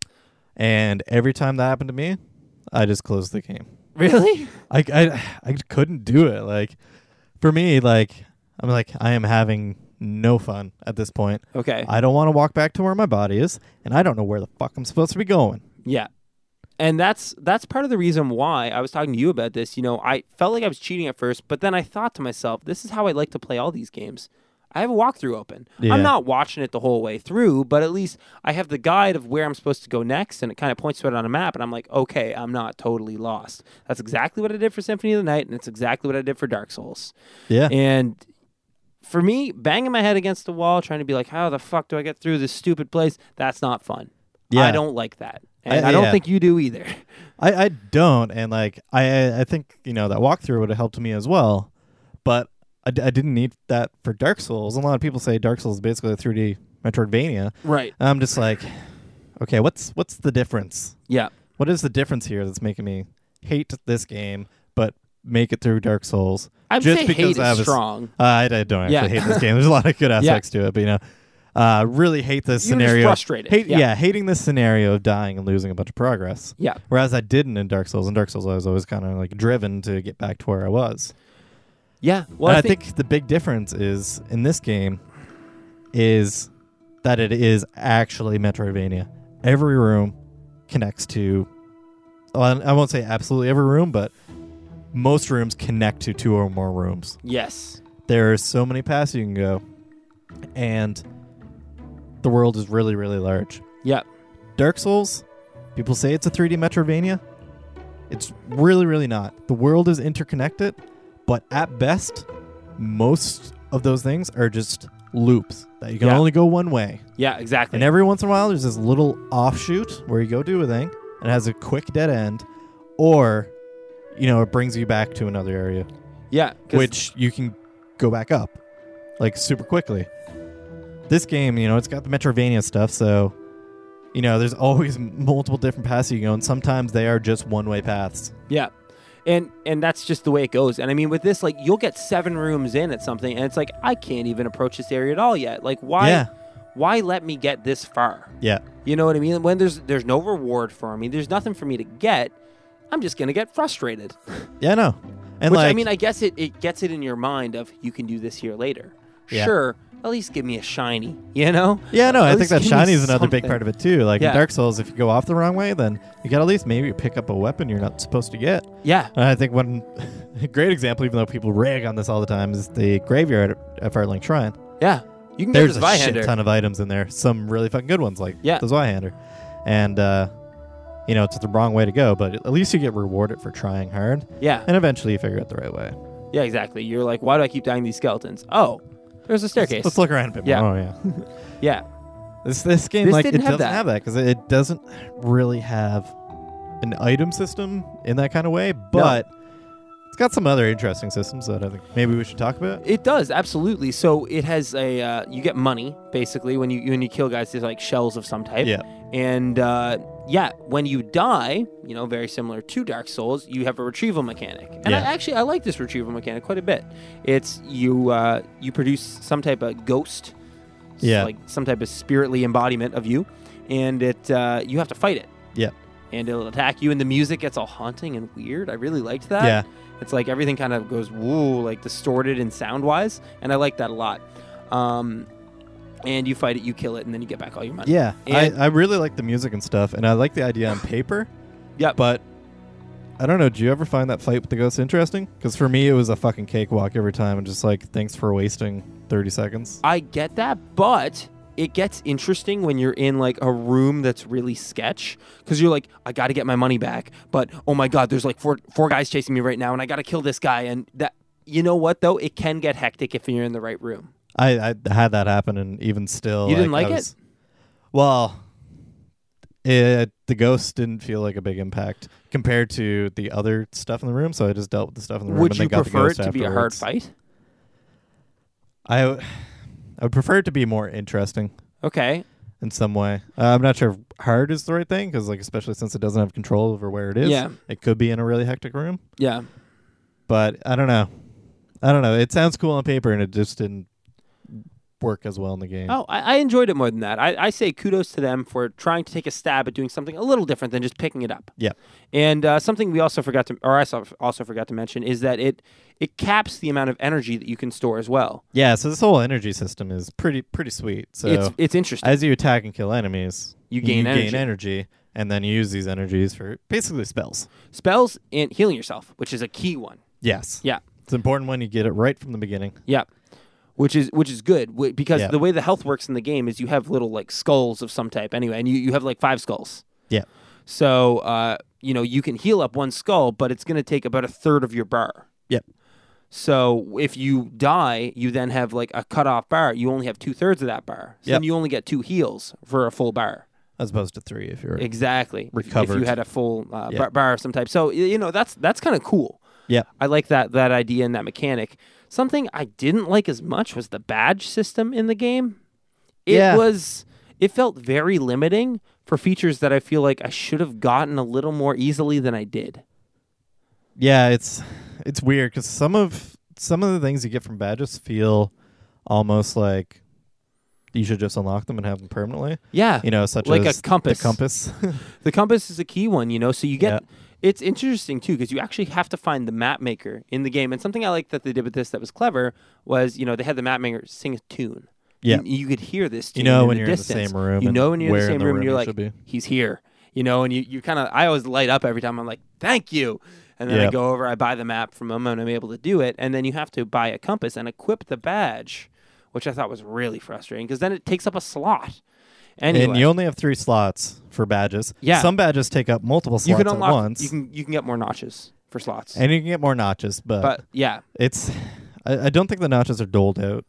Speaker 2: And every time that happened to me, I just closed the game. *laughs*
Speaker 1: really,
Speaker 2: I, I, I couldn't do it. Like, for me, like, I'm like, I am having no fun at this point.
Speaker 1: okay,
Speaker 2: I don't want to walk back to where my body is, and I don't know where the fuck I'm supposed to be going.
Speaker 1: yeah. And that's that's part of the reason why I was talking to you about this. You know, I felt like I was cheating at first, but then I thought to myself, this is how I like to play all these games. I have a walkthrough open.
Speaker 2: Yeah.
Speaker 1: I'm not watching it the whole way through, but at least I have the guide of where I'm supposed to go next, and it kind of points to it on a map. And I'm like, okay, I'm not totally lost. That's exactly what I did for Symphony of the Night, and it's exactly what I did for Dark Souls.
Speaker 2: Yeah.
Speaker 1: And for me, banging my head against the wall, trying to be like, how the fuck do I get through this stupid place? That's not fun.
Speaker 2: Yeah.
Speaker 1: I don't like that. And I,
Speaker 2: I-
Speaker 1: don't
Speaker 2: yeah.
Speaker 1: think you do either.
Speaker 2: I, I don't, and like I I- I think you know that walkthrough would have helped me as well, but I, d- I didn't need that for Dark Souls. A lot of people say Dark Souls is basically a 3D Metroidvania.
Speaker 1: *laughs* Right.
Speaker 2: And I'm just like, okay, what's what's the difference?
Speaker 1: Yeah.
Speaker 2: What is the difference here that's making me hate this game, but make it through Dark Souls?
Speaker 1: I'd
Speaker 2: just
Speaker 1: say
Speaker 2: because
Speaker 1: hate
Speaker 2: I
Speaker 1: is
Speaker 2: was
Speaker 1: strong.
Speaker 2: Uh, I, I don't actually
Speaker 1: Yeah.
Speaker 2: hate
Speaker 1: *laughs*
Speaker 2: this game. There's a lot of good aspects to it, but you know, uh, really hate this
Speaker 1: You're just
Speaker 2: scenario.
Speaker 1: frustrated.
Speaker 2: Hate,
Speaker 1: Yeah.
Speaker 2: hating this scenario of dying and losing a bunch of progress.
Speaker 1: Yeah.
Speaker 2: Whereas I didn't in Dark Souls. In Dark Souls, I was always kind of like driven to get back to where I was.
Speaker 1: Yeah. Well,
Speaker 2: and
Speaker 1: I,
Speaker 2: I think, the big difference is in this game is that it is actually Metroidvania. Every room connects to. Well, I won't say absolutely every room, but most rooms connect to two or more rooms.
Speaker 1: yes.
Speaker 2: There are so many paths you can go, and the world is really, really large.
Speaker 1: Yeah.
Speaker 2: Dark Souls, people say it's a 3D Metrovania. It's really, really not. The world is interconnected, but at best, most of those things are just loops that you can
Speaker 1: Yeah.
Speaker 2: only go one way.
Speaker 1: Yeah. Exactly.
Speaker 2: And every once in a while, there's this little offshoot where you go do a thing and it has a quick dead end, or, you know, it brings you back to another area,
Speaker 1: yeah. 'cause-
Speaker 2: which you can go back up like super quickly. This game, you know, it's got the Metrovania stuff, so you know, there's always m- multiple different paths you can go, and sometimes they are just one-way paths.
Speaker 1: Yeah. And and that's just the way it goes. And I mean with this like you'll get 7 rooms in at something and it's like I can't even approach this area at all yet. Like why
Speaker 2: Yeah.
Speaker 1: why let me get this far?
Speaker 2: Yeah,
Speaker 1: You know what I mean? When there's there's no reward for me, there's nothing for me to get. I'm just going to get frustrated.
Speaker 2: yeah, no, *laughs* and And
Speaker 1: Which
Speaker 2: like,
Speaker 1: I mean, I guess it, it gets it in your mind of you can do this here later.
Speaker 2: Yeah.
Speaker 1: Sure, at least give me a shiny, *laughs* you know?
Speaker 2: yeah, no,
Speaker 1: At
Speaker 2: I think
Speaker 1: least
Speaker 2: that
Speaker 1: give me
Speaker 2: shiny is another big
Speaker 1: something.
Speaker 2: part of it too. Like
Speaker 1: Yeah.
Speaker 2: in Dark Souls, if you go off the wrong way, then you got at least maybe pick up a weapon you're not supposed to get.
Speaker 1: Yeah.
Speaker 2: And I think one *laughs* great example, even though people rag on this all the time, is the graveyard at- at Fartling Shrine.
Speaker 1: Yeah. You can
Speaker 2: There's
Speaker 1: go
Speaker 2: a
Speaker 1: to the
Speaker 2: shit
Speaker 1: Vihander.
Speaker 2: ton of items in there. Some really fucking good ones, like
Speaker 1: Yeah.
Speaker 2: the Zweihander. And, uh, you know, it's the wrong way to go, but at least you get rewarded for trying hard.
Speaker 1: Yeah.
Speaker 2: And eventually you figure out the right way.
Speaker 1: Yeah, exactly. You're like, why do I keep dying to these skeletons? Oh, there's a staircase.
Speaker 2: Let's look around a bit
Speaker 1: Yeah.
Speaker 2: more. Oh,
Speaker 1: *laughs*
Speaker 2: yeah.
Speaker 1: yeah.
Speaker 2: this, this game,
Speaker 1: This
Speaker 2: like, it
Speaker 1: didn't have
Speaker 2: doesn't
Speaker 1: that.
Speaker 2: have that because it doesn't really have an item system in that kind of way, but it's got some other interesting systems that I think maybe we should talk about.
Speaker 1: It does absolutely. So it has a uh, you get money basically when you when you kill guys. There's like shells of some type.
Speaker 2: Yeah.
Speaker 1: And uh, yeah, when you die, you know, very similar to Dark Souls, you have a retrieval mechanic. And I,
Speaker 2: Yeah.
Speaker 1: actually I like this retrieval mechanic quite a bit. It's you uh, you produce some type of ghost, s-
Speaker 2: Yeah.
Speaker 1: like some type of spiritly embodiment of you, and it uh, you have to fight it.
Speaker 2: Yeah.
Speaker 1: And it'll attack you, and the music gets all haunting and weird. I really liked that.
Speaker 2: Yeah.
Speaker 1: It's like everything kind of goes woo, like distorted and sound wise, and I like that a lot. Um, and you fight it, you kill it, and then you get back all your money.
Speaker 2: Yeah, I,
Speaker 1: And-
Speaker 2: I really like the music and stuff, and I like the idea on
Speaker 1: *sighs*
Speaker 2: paper.
Speaker 1: Yeah.
Speaker 2: but I don't know. Do you ever find that fight with the ghost interesting? Because for me, it was a fucking cakewalk every time, and just like, thanks for wasting thirty seconds.
Speaker 1: I get that, but it gets interesting when you're in like a room that's really sketch because you're like, I got to get my money back, but oh my god, there's like four four guys chasing me right now, and I got to kill this guy, and that. You know what though? It can get hectic if you're in the right room.
Speaker 2: I, I had that happen, and even still,
Speaker 1: You didn't like
Speaker 2: I
Speaker 1: it?
Speaker 2: was- Well, it the ghost didn't feel like a big impact compared to the other stuff in the room, so I just dealt with the stuff in the room.
Speaker 1: Would
Speaker 2: and then
Speaker 1: you
Speaker 2: got the
Speaker 1: prefer it
Speaker 2: ghost
Speaker 1: to be a hard
Speaker 2: afterwards.
Speaker 1: fight?
Speaker 2: I w- I would prefer it to be more interesting.
Speaker 1: Okay.
Speaker 2: in some way. Uh, I'm not sure if hard is the right thing because, like, especially since it doesn't have control over where it is,
Speaker 1: Yeah.
Speaker 2: it could be in a really hectic room.
Speaker 1: Yeah.
Speaker 2: But I don't know. I don't know. It sounds cool on paper, and it just didn't work as well in the game.
Speaker 1: Oh, I, I enjoyed it more than that. I, I say kudos to them for trying to take a stab at doing something a little different than just picking it up.
Speaker 2: Yeah.
Speaker 1: And uh, something we also forgot to, or I so- also forgot to mention, is that it it caps the amount of energy that you can store as well.
Speaker 2: Yeah. So this whole energy system is pretty pretty sweet. So
Speaker 1: it's it's interesting.
Speaker 2: as you attack and kill enemies,
Speaker 1: You gain energy.
Speaker 2: energy, and then you use these energies for basically spells.
Speaker 1: Spells and healing yourself, which is a key one.
Speaker 2: Yes.
Speaker 1: Yeah.
Speaker 2: It's important when you get it right from the beginning.
Speaker 1: Yeah. Which is which is good wi- because
Speaker 2: Yeah.
Speaker 1: the way the health works in the game is you have little like skulls of some type anyway, and you, you have like five skulls.
Speaker 2: Yeah.
Speaker 1: So uh, you know you can heal up one skull, but it's going to take about a third of your bar.
Speaker 2: Yep.
Speaker 1: So if you die, you then have like a cut off bar. You only have two thirds of that bar. So then
Speaker 2: Yep.
Speaker 1: you only get two heals for a full bar.
Speaker 2: As opposed to three, if you're
Speaker 1: Exactly. If- If
Speaker 2: Recovered.
Speaker 1: you had a full uh,
Speaker 2: Yeah.
Speaker 1: bar, bar of some type. So y- you know that's that's kind of cool.
Speaker 2: Yeah.
Speaker 1: I like that that idea and that mechanic. Something I didn't like as much was the badge system in the game. It
Speaker 2: Yeah.
Speaker 1: was it felt very limiting for features that I feel like I should have gotten a little more easily than I did.
Speaker 2: Yeah, it's it's weird because some of some of the things you get from badges feel almost like you should just unlock them and have them permanently.
Speaker 1: Yeah.
Speaker 2: You know, such
Speaker 1: Like a
Speaker 2: as
Speaker 1: compass.
Speaker 2: The compass. *laughs*
Speaker 1: The compass is a key one, you know. So you get
Speaker 2: Yeah.
Speaker 1: it's interesting too because you actually have to find the map maker in the game. And something I like that they did with this that was clever was you know they had the map maker sing a tune.
Speaker 2: Yeah.
Speaker 1: you, you could hear this. Tune
Speaker 2: you know
Speaker 1: in
Speaker 2: when
Speaker 1: the
Speaker 2: you're in the
Speaker 1: distance.
Speaker 2: same room.
Speaker 1: You
Speaker 2: and
Speaker 1: know when you're in
Speaker 2: where
Speaker 1: the same room,
Speaker 2: you
Speaker 1: you're like
Speaker 2: should be.
Speaker 1: he's here. You know, and you you kind of I always light up every time I'm like thank you, and then I
Speaker 2: Yeah.
Speaker 1: go over I buy the map from him and I'm able to do it. And then you have to buy a compass and equip the badge, which I thought was really frustrating because then it takes up a slot. Anyway,
Speaker 2: and you only have three slots for badges.
Speaker 1: Yeah.
Speaker 2: Some badges take up multiple slots
Speaker 1: you can unlock
Speaker 2: at once,
Speaker 1: you can you can get more notches for slots
Speaker 2: and uh, you can get more notches. But,
Speaker 1: but yeah
Speaker 2: it's I, I don't think the notches are doled out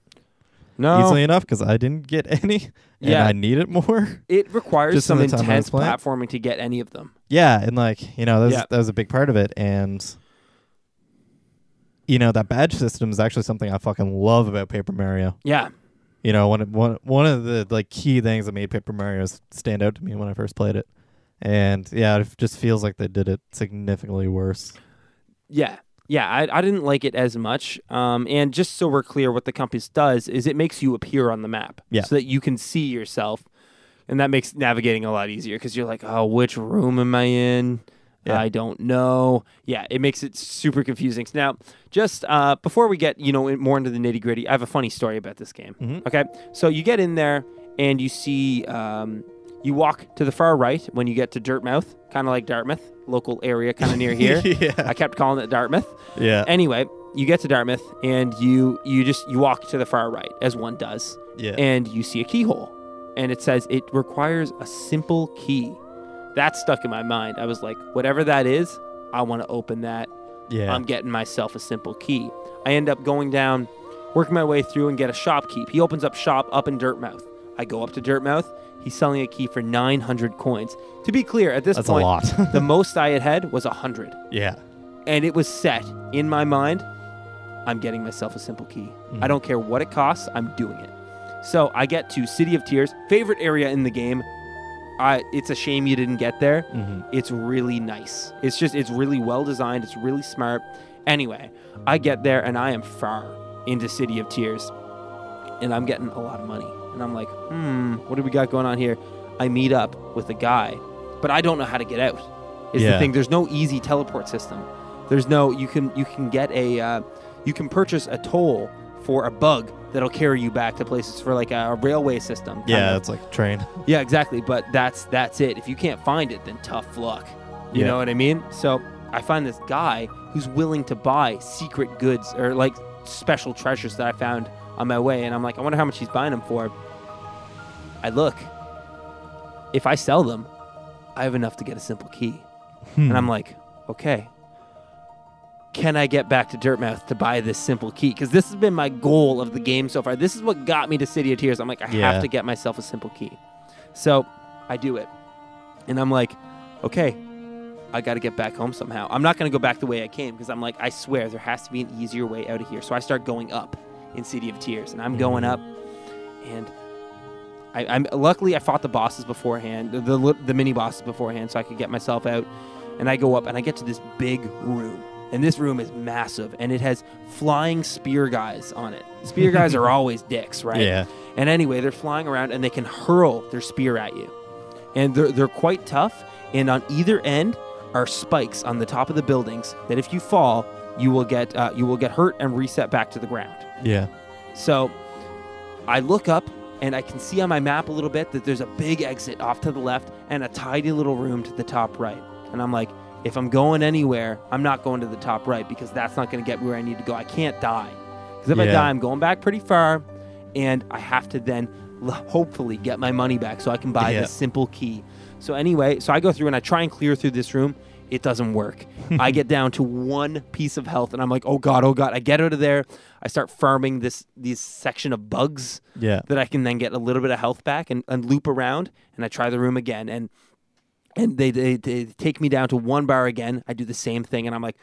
Speaker 1: no
Speaker 2: easily enough because I didn't get any, and
Speaker 1: Oh. Yeah.
Speaker 2: I need it more.
Speaker 1: it requires
Speaker 2: Just in
Speaker 1: some
Speaker 2: the time I was
Speaker 1: intense
Speaker 2: playing.
Speaker 1: platforming to get any of them
Speaker 2: Yeah, and like you know, that was,
Speaker 1: Yeah.
Speaker 2: that was a big part of it, and you know that badge system is actually something I fucking love about Paper Mario.
Speaker 1: yeah
Speaker 2: You know, one of- one one of the like key things that made Paper Mario s- stand out to me when I first played it, and yeah, it f- just feels like they did it significantly worse.
Speaker 1: yeah yeah I, I didn't like it as much um, and just so we're clear what the compass does is it makes you appear on the map
Speaker 2: Yeah.
Speaker 1: so that you can see yourself and that makes navigating a lot easier because you're like oh which room am i in
Speaker 2: Yeah.
Speaker 1: I don't know. Yeah, it makes it super confusing. Now, just uh, before we get you know in- more into the nitty gritty, I have a funny story about this game.
Speaker 2: Mm-hmm.
Speaker 1: Okay, so you get in there and you see um, you walk to the far right when you get to Dartmouth, kind of like Dartmouth, local area, kind
Speaker 2: *laughs*
Speaker 1: of near here.
Speaker 2: Yeah.
Speaker 1: I kept calling it Dartmouth.
Speaker 2: Yeah.
Speaker 1: Anyway, you get to Dartmouth and you you just you walk to the far right as one does
Speaker 2: yeah.
Speaker 1: and you see a keyhole and it says it requires a simple key that stuck in my mind i was like whatever that is i want to open that
Speaker 2: yeah.
Speaker 1: i'm getting myself a simple key i end up going down working my way through and get a shopkeep he opens up shop up in dirtmouth i go up to dirtmouth he's selling a key for 900 coins to be clear at this
Speaker 2: That's
Speaker 1: point
Speaker 2: a lot. *laughs*
Speaker 1: the most i had had was 100
Speaker 2: yeah.
Speaker 1: and it was set in my mind i'm getting myself a simple key i don't care what it costs i'm doing it so i get to city of tears favorite area in the game I, it's a shame you didn't get there it's really nice it's just it's really well designed it's really smart anyway i get there and i am far into city of tears and i'm getting a lot of money and i'm like hmm what do we got going on here i meet up with a guy but i don't know how to get out is the
Speaker 2: Yeah.
Speaker 1: thing there's no easy teleport system there's no you can you can get a uh, you can purchase a toll for a bug that'll carry you back to places for like a, railway system kind
Speaker 2: Yeah.
Speaker 1: of.
Speaker 2: It's like train.
Speaker 1: Yeah, exactly. But that's that's it. If you can't find it, then tough luck. You
Speaker 2: Yeah.
Speaker 1: know what I mean? So I find this guy who's willing to buy secret goods or like special treasures that I found on my way, and I'm like, I wonder how much he's buying them for. I look. If I sell them, I have enough to get a simple key, and I'm like, okay. Can I get back to Dirtmouth to buy this simple key? Because this has been my goal of the game so far. This is what got me to City of Tears. I'm like, I have
Speaker 2: Yeah.
Speaker 1: to get myself a simple key. So I do it. And I'm like, okay, I got to get back home somehow. I'm not going to go back the way I came because I'm like, I swear there has to be an easier way out of here. So I start going up in City of Tears and I'm going up and I, I'm luckily I fought the bosses beforehand, the, the the mini bosses beforehand, so I could get myself out. And I go up and I get to this big room, and this room is massive, and it has flying spear guys on it. Spear guys are always dicks, right?
Speaker 2: Yeah.
Speaker 1: And anyway, they're flying around and they can hurl their spear at you, and they're they're quite tough. And on either end are spikes on the top of the buildings that if you fall, you will get uh, you will get hurt and reset back to the ground.
Speaker 2: Yeah.
Speaker 1: So I look up and I can see on my map a little bit that there's a big exit off to the left and a tidy little room to the top right. And I'm like, if I'm going anywhere, I'm not going to the top right because that's not going to get me where I need to go. I can't die. Because if I
Speaker 2: Yeah.
Speaker 1: die, I'm going back pretty far and I have to then l- hopefully get my money back so I can buy
Speaker 2: Yeah.
Speaker 1: this simple key. So anyway, so I go through and I try and clear through this room. It doesn't work. I get down to one piece of health and I'm like, "Oh god, oh god." I get out of there. I start farming this these section of bugs
Speaker 2: Yeah.
Speaker 1: that I can then get a little bit of health back and, and loop around and I try the room again and and they, they they take me down to one bar again. I do the same thing and I'm like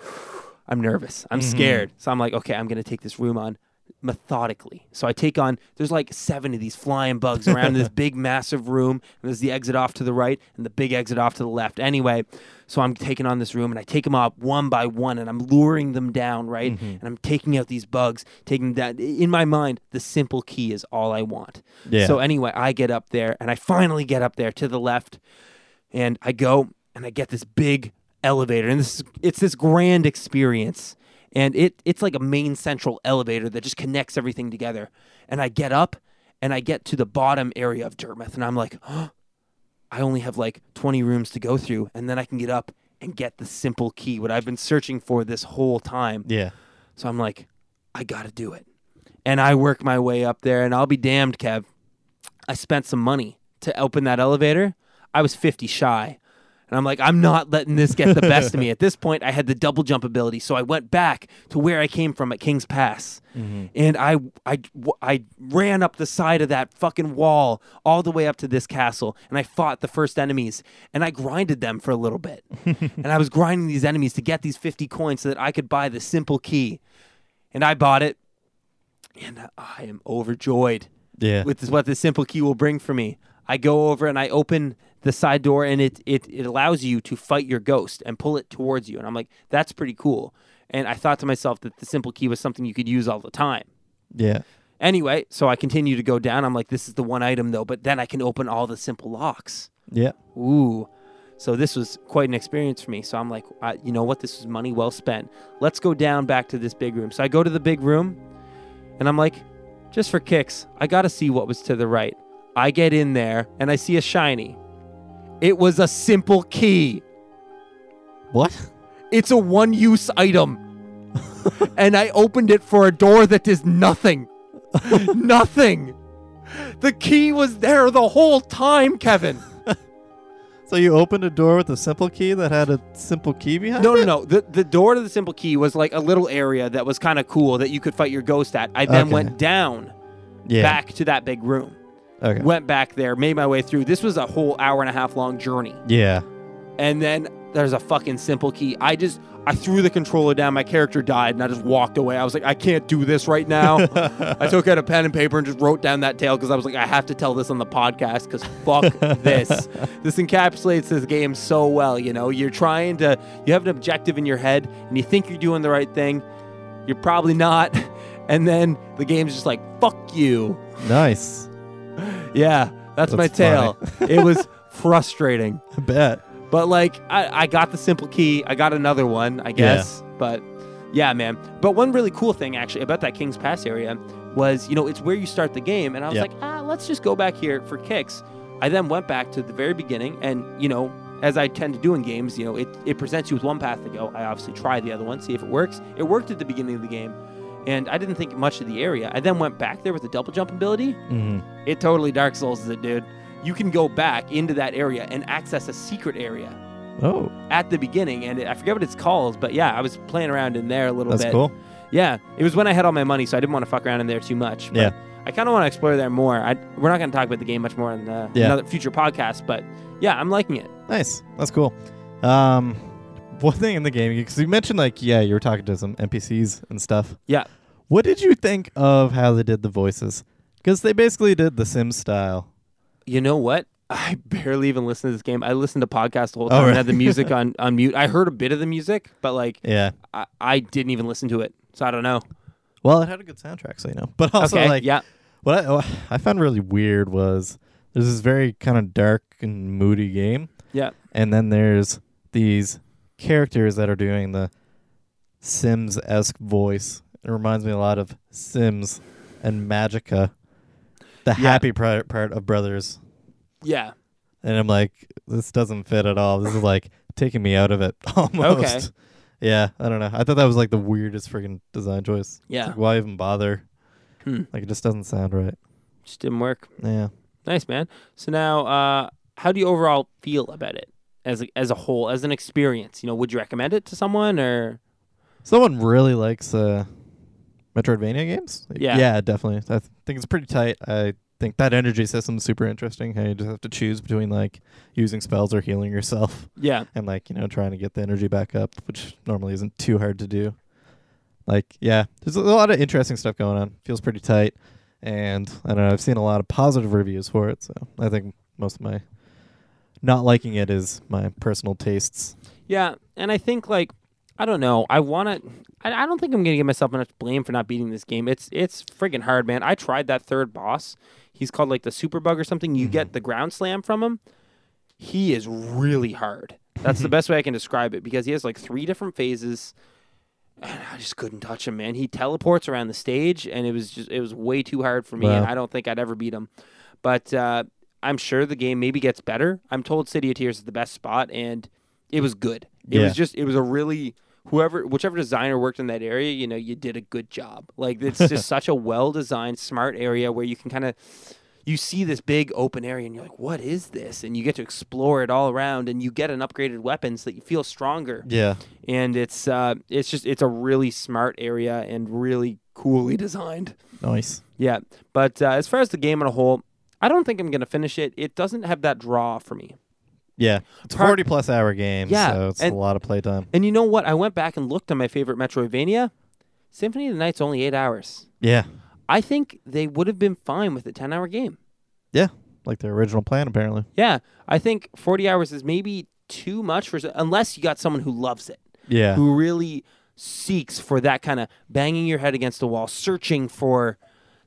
Speaker 1: I'm nervous. I'm scared. So I'm like, okay, I'm gonna take this room on methodically. So I take on there's like seven of these flying bugs around this big massive room and there's the exit off to the right and the big exit off to the left. Anyway, so I'm taking on this room and I take them up one by one and I'm luring them down, right? And I'm taking out these bugs, taking that in my mind, the simple key is all I want.
Speaker 2: Yeah.
Speaker 1: So anyway, I get up there and I finally get up there to the left and I go and I get this big elevator, and this is, it's this grand experience, and it it's like a main central elevator that just connects everything together. And I get up, and I get to the bottom area of Dartmouth, and I'm like, I only have like 20 rooms to go through, and then I can get up and get the simple key, what I've been searching for this whole time.
Speaker 2: Yeah.
Speaker 1: So I'm like, I gotta do it. And I work my way up there, and I'll be damned, Kev. I spent some money to open that elevator. I was 50 shy. And I'm like, I'm not letting this get the best of me. At this point, I had the double jump ability. So I went back to where I came from at King's Pass. And I, I, I ran up the side of that fucking wall all the way up to this castle. And I fought the first enemies. And I grinded them for a little bit. and I was grinding these enemies to get these 50 coins so that I could buy the simple key. And I bought it. And I am overjoyed
Speaker 2: Yeah.
Speaker 1: with this, what the simple key will bring for me. I go over and I open the side door, and it, it it allows you to fight your ghost and pull it towards you. And I'm like, that's pretty cool. And I thought to myself that the simple key was something you could use all the time.
Speaker 2: yeah.
Speaker 1: Anyway, so I continue to go down. I'm like, this is the one item though, but then I can open all the simple locks.
Speaker 2: Yeah.
Speaker 1: Ooh. So this was quite an experience for me. So I'm like, I, you know what? This is money well spent. Let's go down back to this big room. So I go to the big room and I'm like, just for kicks, I got to see what was to the right. I get in there and I see a shiny. It was a simple key.
Speaker 2: What?
Speaker 1: It's a one use item. and I opened it for a door that is nothing. nothing. The key was there the whole time, Kevin.
Speaker 2: So you opened a door with a simple key that had a simple key behind
Speaker 1: No,
Speaker 2: it?
Speaker 1: no, no. The, the door to the simple key was like a little area that was kind of cool that you could fight your ghost at. I then
Speaker 2: Okay.
Speaker 1: went down
Speaker 2: Yeah.
Speaker 1: back to that big room.
Speaker 2: Okay.
Speaker 1: Went back there, made my way through. This was a whole hour and a half long journey.
Speaker 2: Yeah.
Speaker 1: and then there's a fucking simple key. I just I threw the controller down. My character died, and I just walked away. I was like, I can't do this right now. I took out a pen and paper and just wrote down that tale because I was like, I have to tell this on the podcast because fuck this. This encapsulates this game so well. You know, you're trying to you have an objective in your head, and you think you're doing the right thing. You're probably not, *laughs* and then the game's just like, fuck you.
Speaker 2: Nice.
Speaker 1: Yeah,
Speaker 2: That's
Speaker 1: that's, my tale. it was frustrating.
Speaker 2: I bet.
Speaker 1: But like, I, I got the simple key. I got another one, I guess. But yeah, man. But one really cool thing actually about that King's Pass area was, you know, it's where you start the game. And I was
Speaker 2: Yeah.
Speaker 1: like, ah, let's just go back here for kicks. I then went back to the very beginning, and you know, as I tend to do in games, you know, it it presents you with one path to go. I obviously try the other one, see if it works. It worked at the beginning of the game. And I didn't think much of the area. I then went back there with the double jump ability.
Speaker 2: hmm
Speaker 1: It totally Dark Souls is it, dude. You can go back into that area and access a secret area
Speaker 2: Oh,
Speaker 1: at the beginning, and I forget what it's called, but yeah, I was playing around in there a little
Speaker 2: that's
Speaker 1: bit.
Speaker 2: cool.
Speaker 1: Yeah, it was when I had all my money, so I didn't want to fuck around in there too much. but
Speaker 2: Yeah.
Speaker 1: I kind of want to explore there more. I, we're not going to talk about the game much more in the,
Speaker 2: Yeah.
Speaker 1: another future podcast, but yeah, I'm liking it.
Speaker 2: Nice. That's cool. Um, one thing in the game, because you mentioned like, yeah, you were talking to some NPCs and stuff.
Speaker 1: Yeah.
Speaker 2: What did you think of how they did the voices? Because they basically did the Sims style.
Speaker 1: You know what? I barely even listened to this game. I listened to podcasts the whole
Speaker 2: Oh,
Speaker 1: time and
Speaker 2: really?
Speaker 1: had the
Speaker 2: *laughs*
Speaker 1: music on, on mute. I heard a bit of the music, but like
Speaker 2: Yeah.
Speaker 1: I, I didn't even listen to it, so I don't know.
Speaker 2: Well, it had a good soundtrack, so you know. *laughs* But also,
Speaker 1: okay,
Speaker 2: like,
Speaker 1: yeah,
Speaker 2: what I, what I found really weird was there's this very kind of dark and moody game,
Speaker 1: yeah,
Speaker 2: and then there's these characters that are doing the Sims esque voice. It reminds me a lot of Sims and Magica, the happy pri- part of Brothers.
Speaker 1: yeah.
Speaker 2: And I'm like, this doesn't fit at all. This is like taking me out of it *laughs* almost.
Speaker 1: Okay.
Speaker 2: Yeah, I don't know. I thought that was like the weirdest freaking design choice.
Speaker 1: Yeah.
Speaker 2: Like, why even bother?
Speaker 1: Hmm.
Speaker 2: Like, it just doesn't sound right.
Speaker 1: Just didn't work.
Speaker 2: Yeah.
Speaker 1: Nice, man. So now, uh, how do you overall feel about it as a, as a whole, as an experience? You know, would you recommend it to someone or?
Speaker 2: Someone really likes uh, Metroidvania games. Like,
Speaker 1: Yeah.
Speaker 2: yeah, definitely. I th- think it's pretty tight. I think that energy system's super interesting. How you just have to choose between like using spells or healing yourself, *laughs*
Speaker 1: Yeah,
Speaker 2: and like you know trying to get the energy back up, which normally isn't too hard to do. Like yeah, there's a lot of interesting stuff going on. Feels pretty tight, and I don't know. I've seen a lot of positive reviews for it, so I think most of my not liking it is my personal tastes.
Speaker 1: yeah. And I think like I don't know. I want to. I, I don't think I'm gonna give myself enough blame for not beating this game. It's it's friggin' hard, man. I tried that third boss. He's called like the super bug or something. You get the ground slam from him. He is really hard.
Speaker 2: *laughs*
Speaker 1: That's the best way I can describe it because he has like three different phases. And I just couldn't touch him, man. He teleports around the stage, and it was just it was way too hard for me. And
Speaker 2: Wow.
Speaker 1: I don't think I'd ever beat him. But uh, I'm sure the game maybe gets better. I'm told City of Tears is the best spot, and it was good. It
Speaker 2: Yeah.
Speaker 1: was just it was a really whoever whichever designer worked in that area, you know, you did a good job. Like
Speaker 2: *laughs*
Speaker 1: it's just such a well designed, smart area where you can kind of you see this big open area and you're like, what is this? And you get to explore it all around, and you get an upgraded weapon so that you feel stronger
Speaker 2: Yeah.
Speaker 1: and it's uh, it's just it's a really smart area and really coolly designed.
Speaker 2: Nice.
Speaker 1: Yeah, but uh, as far as the game on a whole, I don't think I'm gonna finish it. It doesn't have that draw for me.
Speaker 2: Yeah, it's a
Speaker 1: Part-
Speaker 2: forty plus hour game.
Speaker 1: Yeah,
Speaker 2: so it's
Speaker 1: and-
Speaker 2: a lot of playtime.
Speaker 1: And you know what? I went back and looked at my favorite Metroidvania. Symphony of the Night's only eight hours.
Speaker 2: Yeah,
Speaker 1: I think they would have been fine with a ten-hour game.
Speaker 2: yeah, like their original plan apparently.
Speaker 1: Yeah, I think forty hours is maybe too much for unless you got someone who loves it.
Speaker 2: Yeah,
Speaker 1: who really seeks for that kind of banging your head against the wall, searching for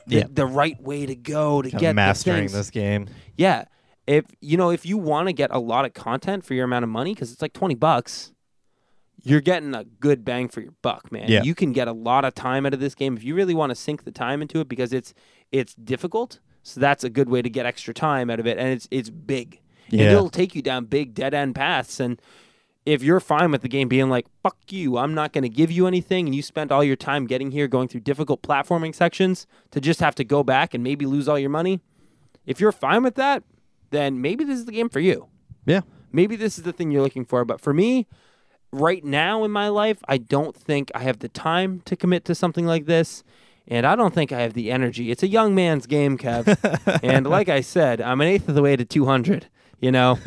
Speaker 1: the,
Speaker 2: Yeah.
Speaker 1: the right way to go to
Speaker 2: Kinda
Speaker 1: get the
Speaker 2: mastering
Speaker 1: things.
Speaker 2: this game.
Speaker 1: Yeah, if you know if you want to get a lot of content for your amount of money because it's like 20 bucks you're getting a good bang for your buck man
Speaker 2: Yeah.
Speaker 1: you can get a lot of time out of this game if you really want to sink the time into it because it's it's difficult so that's a good way to get extra time out of it and it's it's big And
Speaker 2: Yeah.
Speaker 1: it'll take you down big dead end paths and if you're fine with the game being like fuck you i'm not going to give you anything and you spent all your time getting here going through difficult platforming sections to just have to go back and maybe lose all your money if you're fine with that then maybe this is the game for you
Speaker 2: Yeah.
Speaker 1: maybe this is the thing you're looking for but for me right now in my life i don't think i have the time to commit to something like this and i don't think i have the energy it's a young man's game kev and like i said i'm an eighth of the way to 200 you know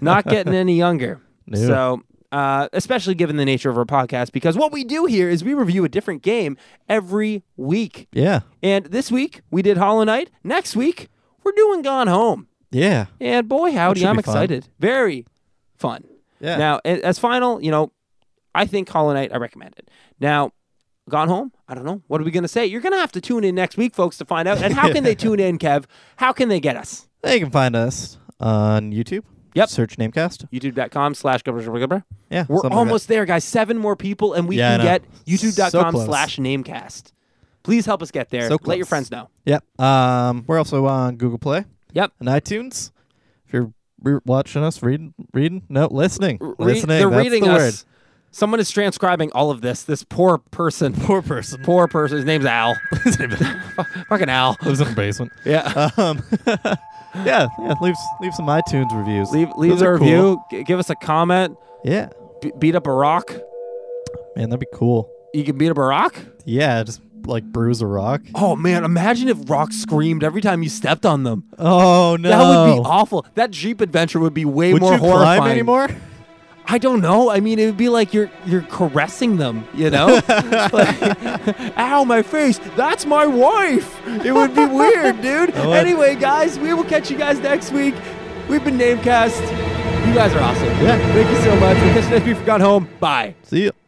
Speaker 1: not getting any younger
Speaker 2: No.
Speaker 1: so uh, especially given the nature of our podcast because what we do here is we review a different game every week
Speaker 2: Yeah.
Speaker 1: and this week we did hollow knight next week we're doing gone home
Speaker 2: Yeah.
Speaker 1: and boy,
Speaker 2: should
Speaker 1: howdy, I'm
Speaker 2: be fun.
Speaker 1: excited. Very fun.
Speaker 2: Yeah.
Speaker 1: Now, a- as final, you know, I think Hollow Knight, I recommend it. Now, Gone Home, I don't know. What are we going to say? You're going to have to tune in next week, folks, to find out. And
Speaker 2: *laughs*
Speaker 1: how can they tune in, Kev? How can they get us?
Speaker 2: They can find us on YouTube.
Speaker 1: Yep.
Speaker 2: Search Namecast.
Speaker 1: YouTube.com slash Gubber Gubber Gubber.
Speaker 2: Yeah.
Speaker 1: We're
Speaker 2: something like
Speaker 1: almost there, guys. Seven more people, and we
Speaker 2: Yeah, I
Speaker 1: can
Speaker 2: know.
Speaker 1: get YouTube.com
Speaker 2: So close.
Speaker 1: slash Namecast. Please help us get there.
Speaker 2: So
Speaker 1: Let your
Speaker 2: close.
Speaker 1: friends know.
Speaker 2: that. Yep. Um, we're also on Google Play.
Speaker 1: Yep.
Speaker 2: And iTunes. If you're re- watching us, reading, reading, no, listening,
Speaker 1: Re-
Speaker 2: listening.
Speaker 1: they're
Speaker 2: that's
Speaker 1: reading
Speaker 2: the
Speaker 1: us. Someone is transcribing all of this. This poor person.
Speaker 2: word. Poor person.
Speaker 1: Poor person. His name's *laughs* Al. Fucking Al.
Speaker 2: Lives in the
Speaker 1: *laughs*
Speaker 2: basement.
Speaker 1: Yeah.
Speaker 2: Um, yeah, yeah. Leave leave some iTunes reviews.
Speaker 1: leave
Speaker 2: Those
Speaker 1: leave a
Speaker 2: are cool.
Speaker 1: review. G- give us a comment.
Speaker 2: Yeah,
Speaker 1: B- beat up a rock.
Speaker 2: man, that'd be cool.
Speaker 1: You can beat up a rock.
Speaker 2: Yeah, just like bruise a rock.
Speaker 1: Oh man, imagine if rocks screamed every time you stepped on them.
Speaker 2: Oh no,
Speaker 1: That would be awful. That Jeep adventure would be way
Speaker 2: Would
Speaker 1: more
Speaker 2: you
Speaker 1: horrifying.
Speaker 2: climb anymore?
Speaker 1: I don't know. I mean, it would be like you're you're caressing them. You know, like, *laughs* ow, my face. That's my wife. It would be weird, dude.
Speaker 2: Oh, what?
Speaker 1: anyway, guys, we will catch you guys next week. We've been Namecast. You guys are awesome.
Speaker 2: Yeah.
Speaker 1: Thank you so much. We'll catch you next week. Gone home. Bye.
Speaker 2: See ya.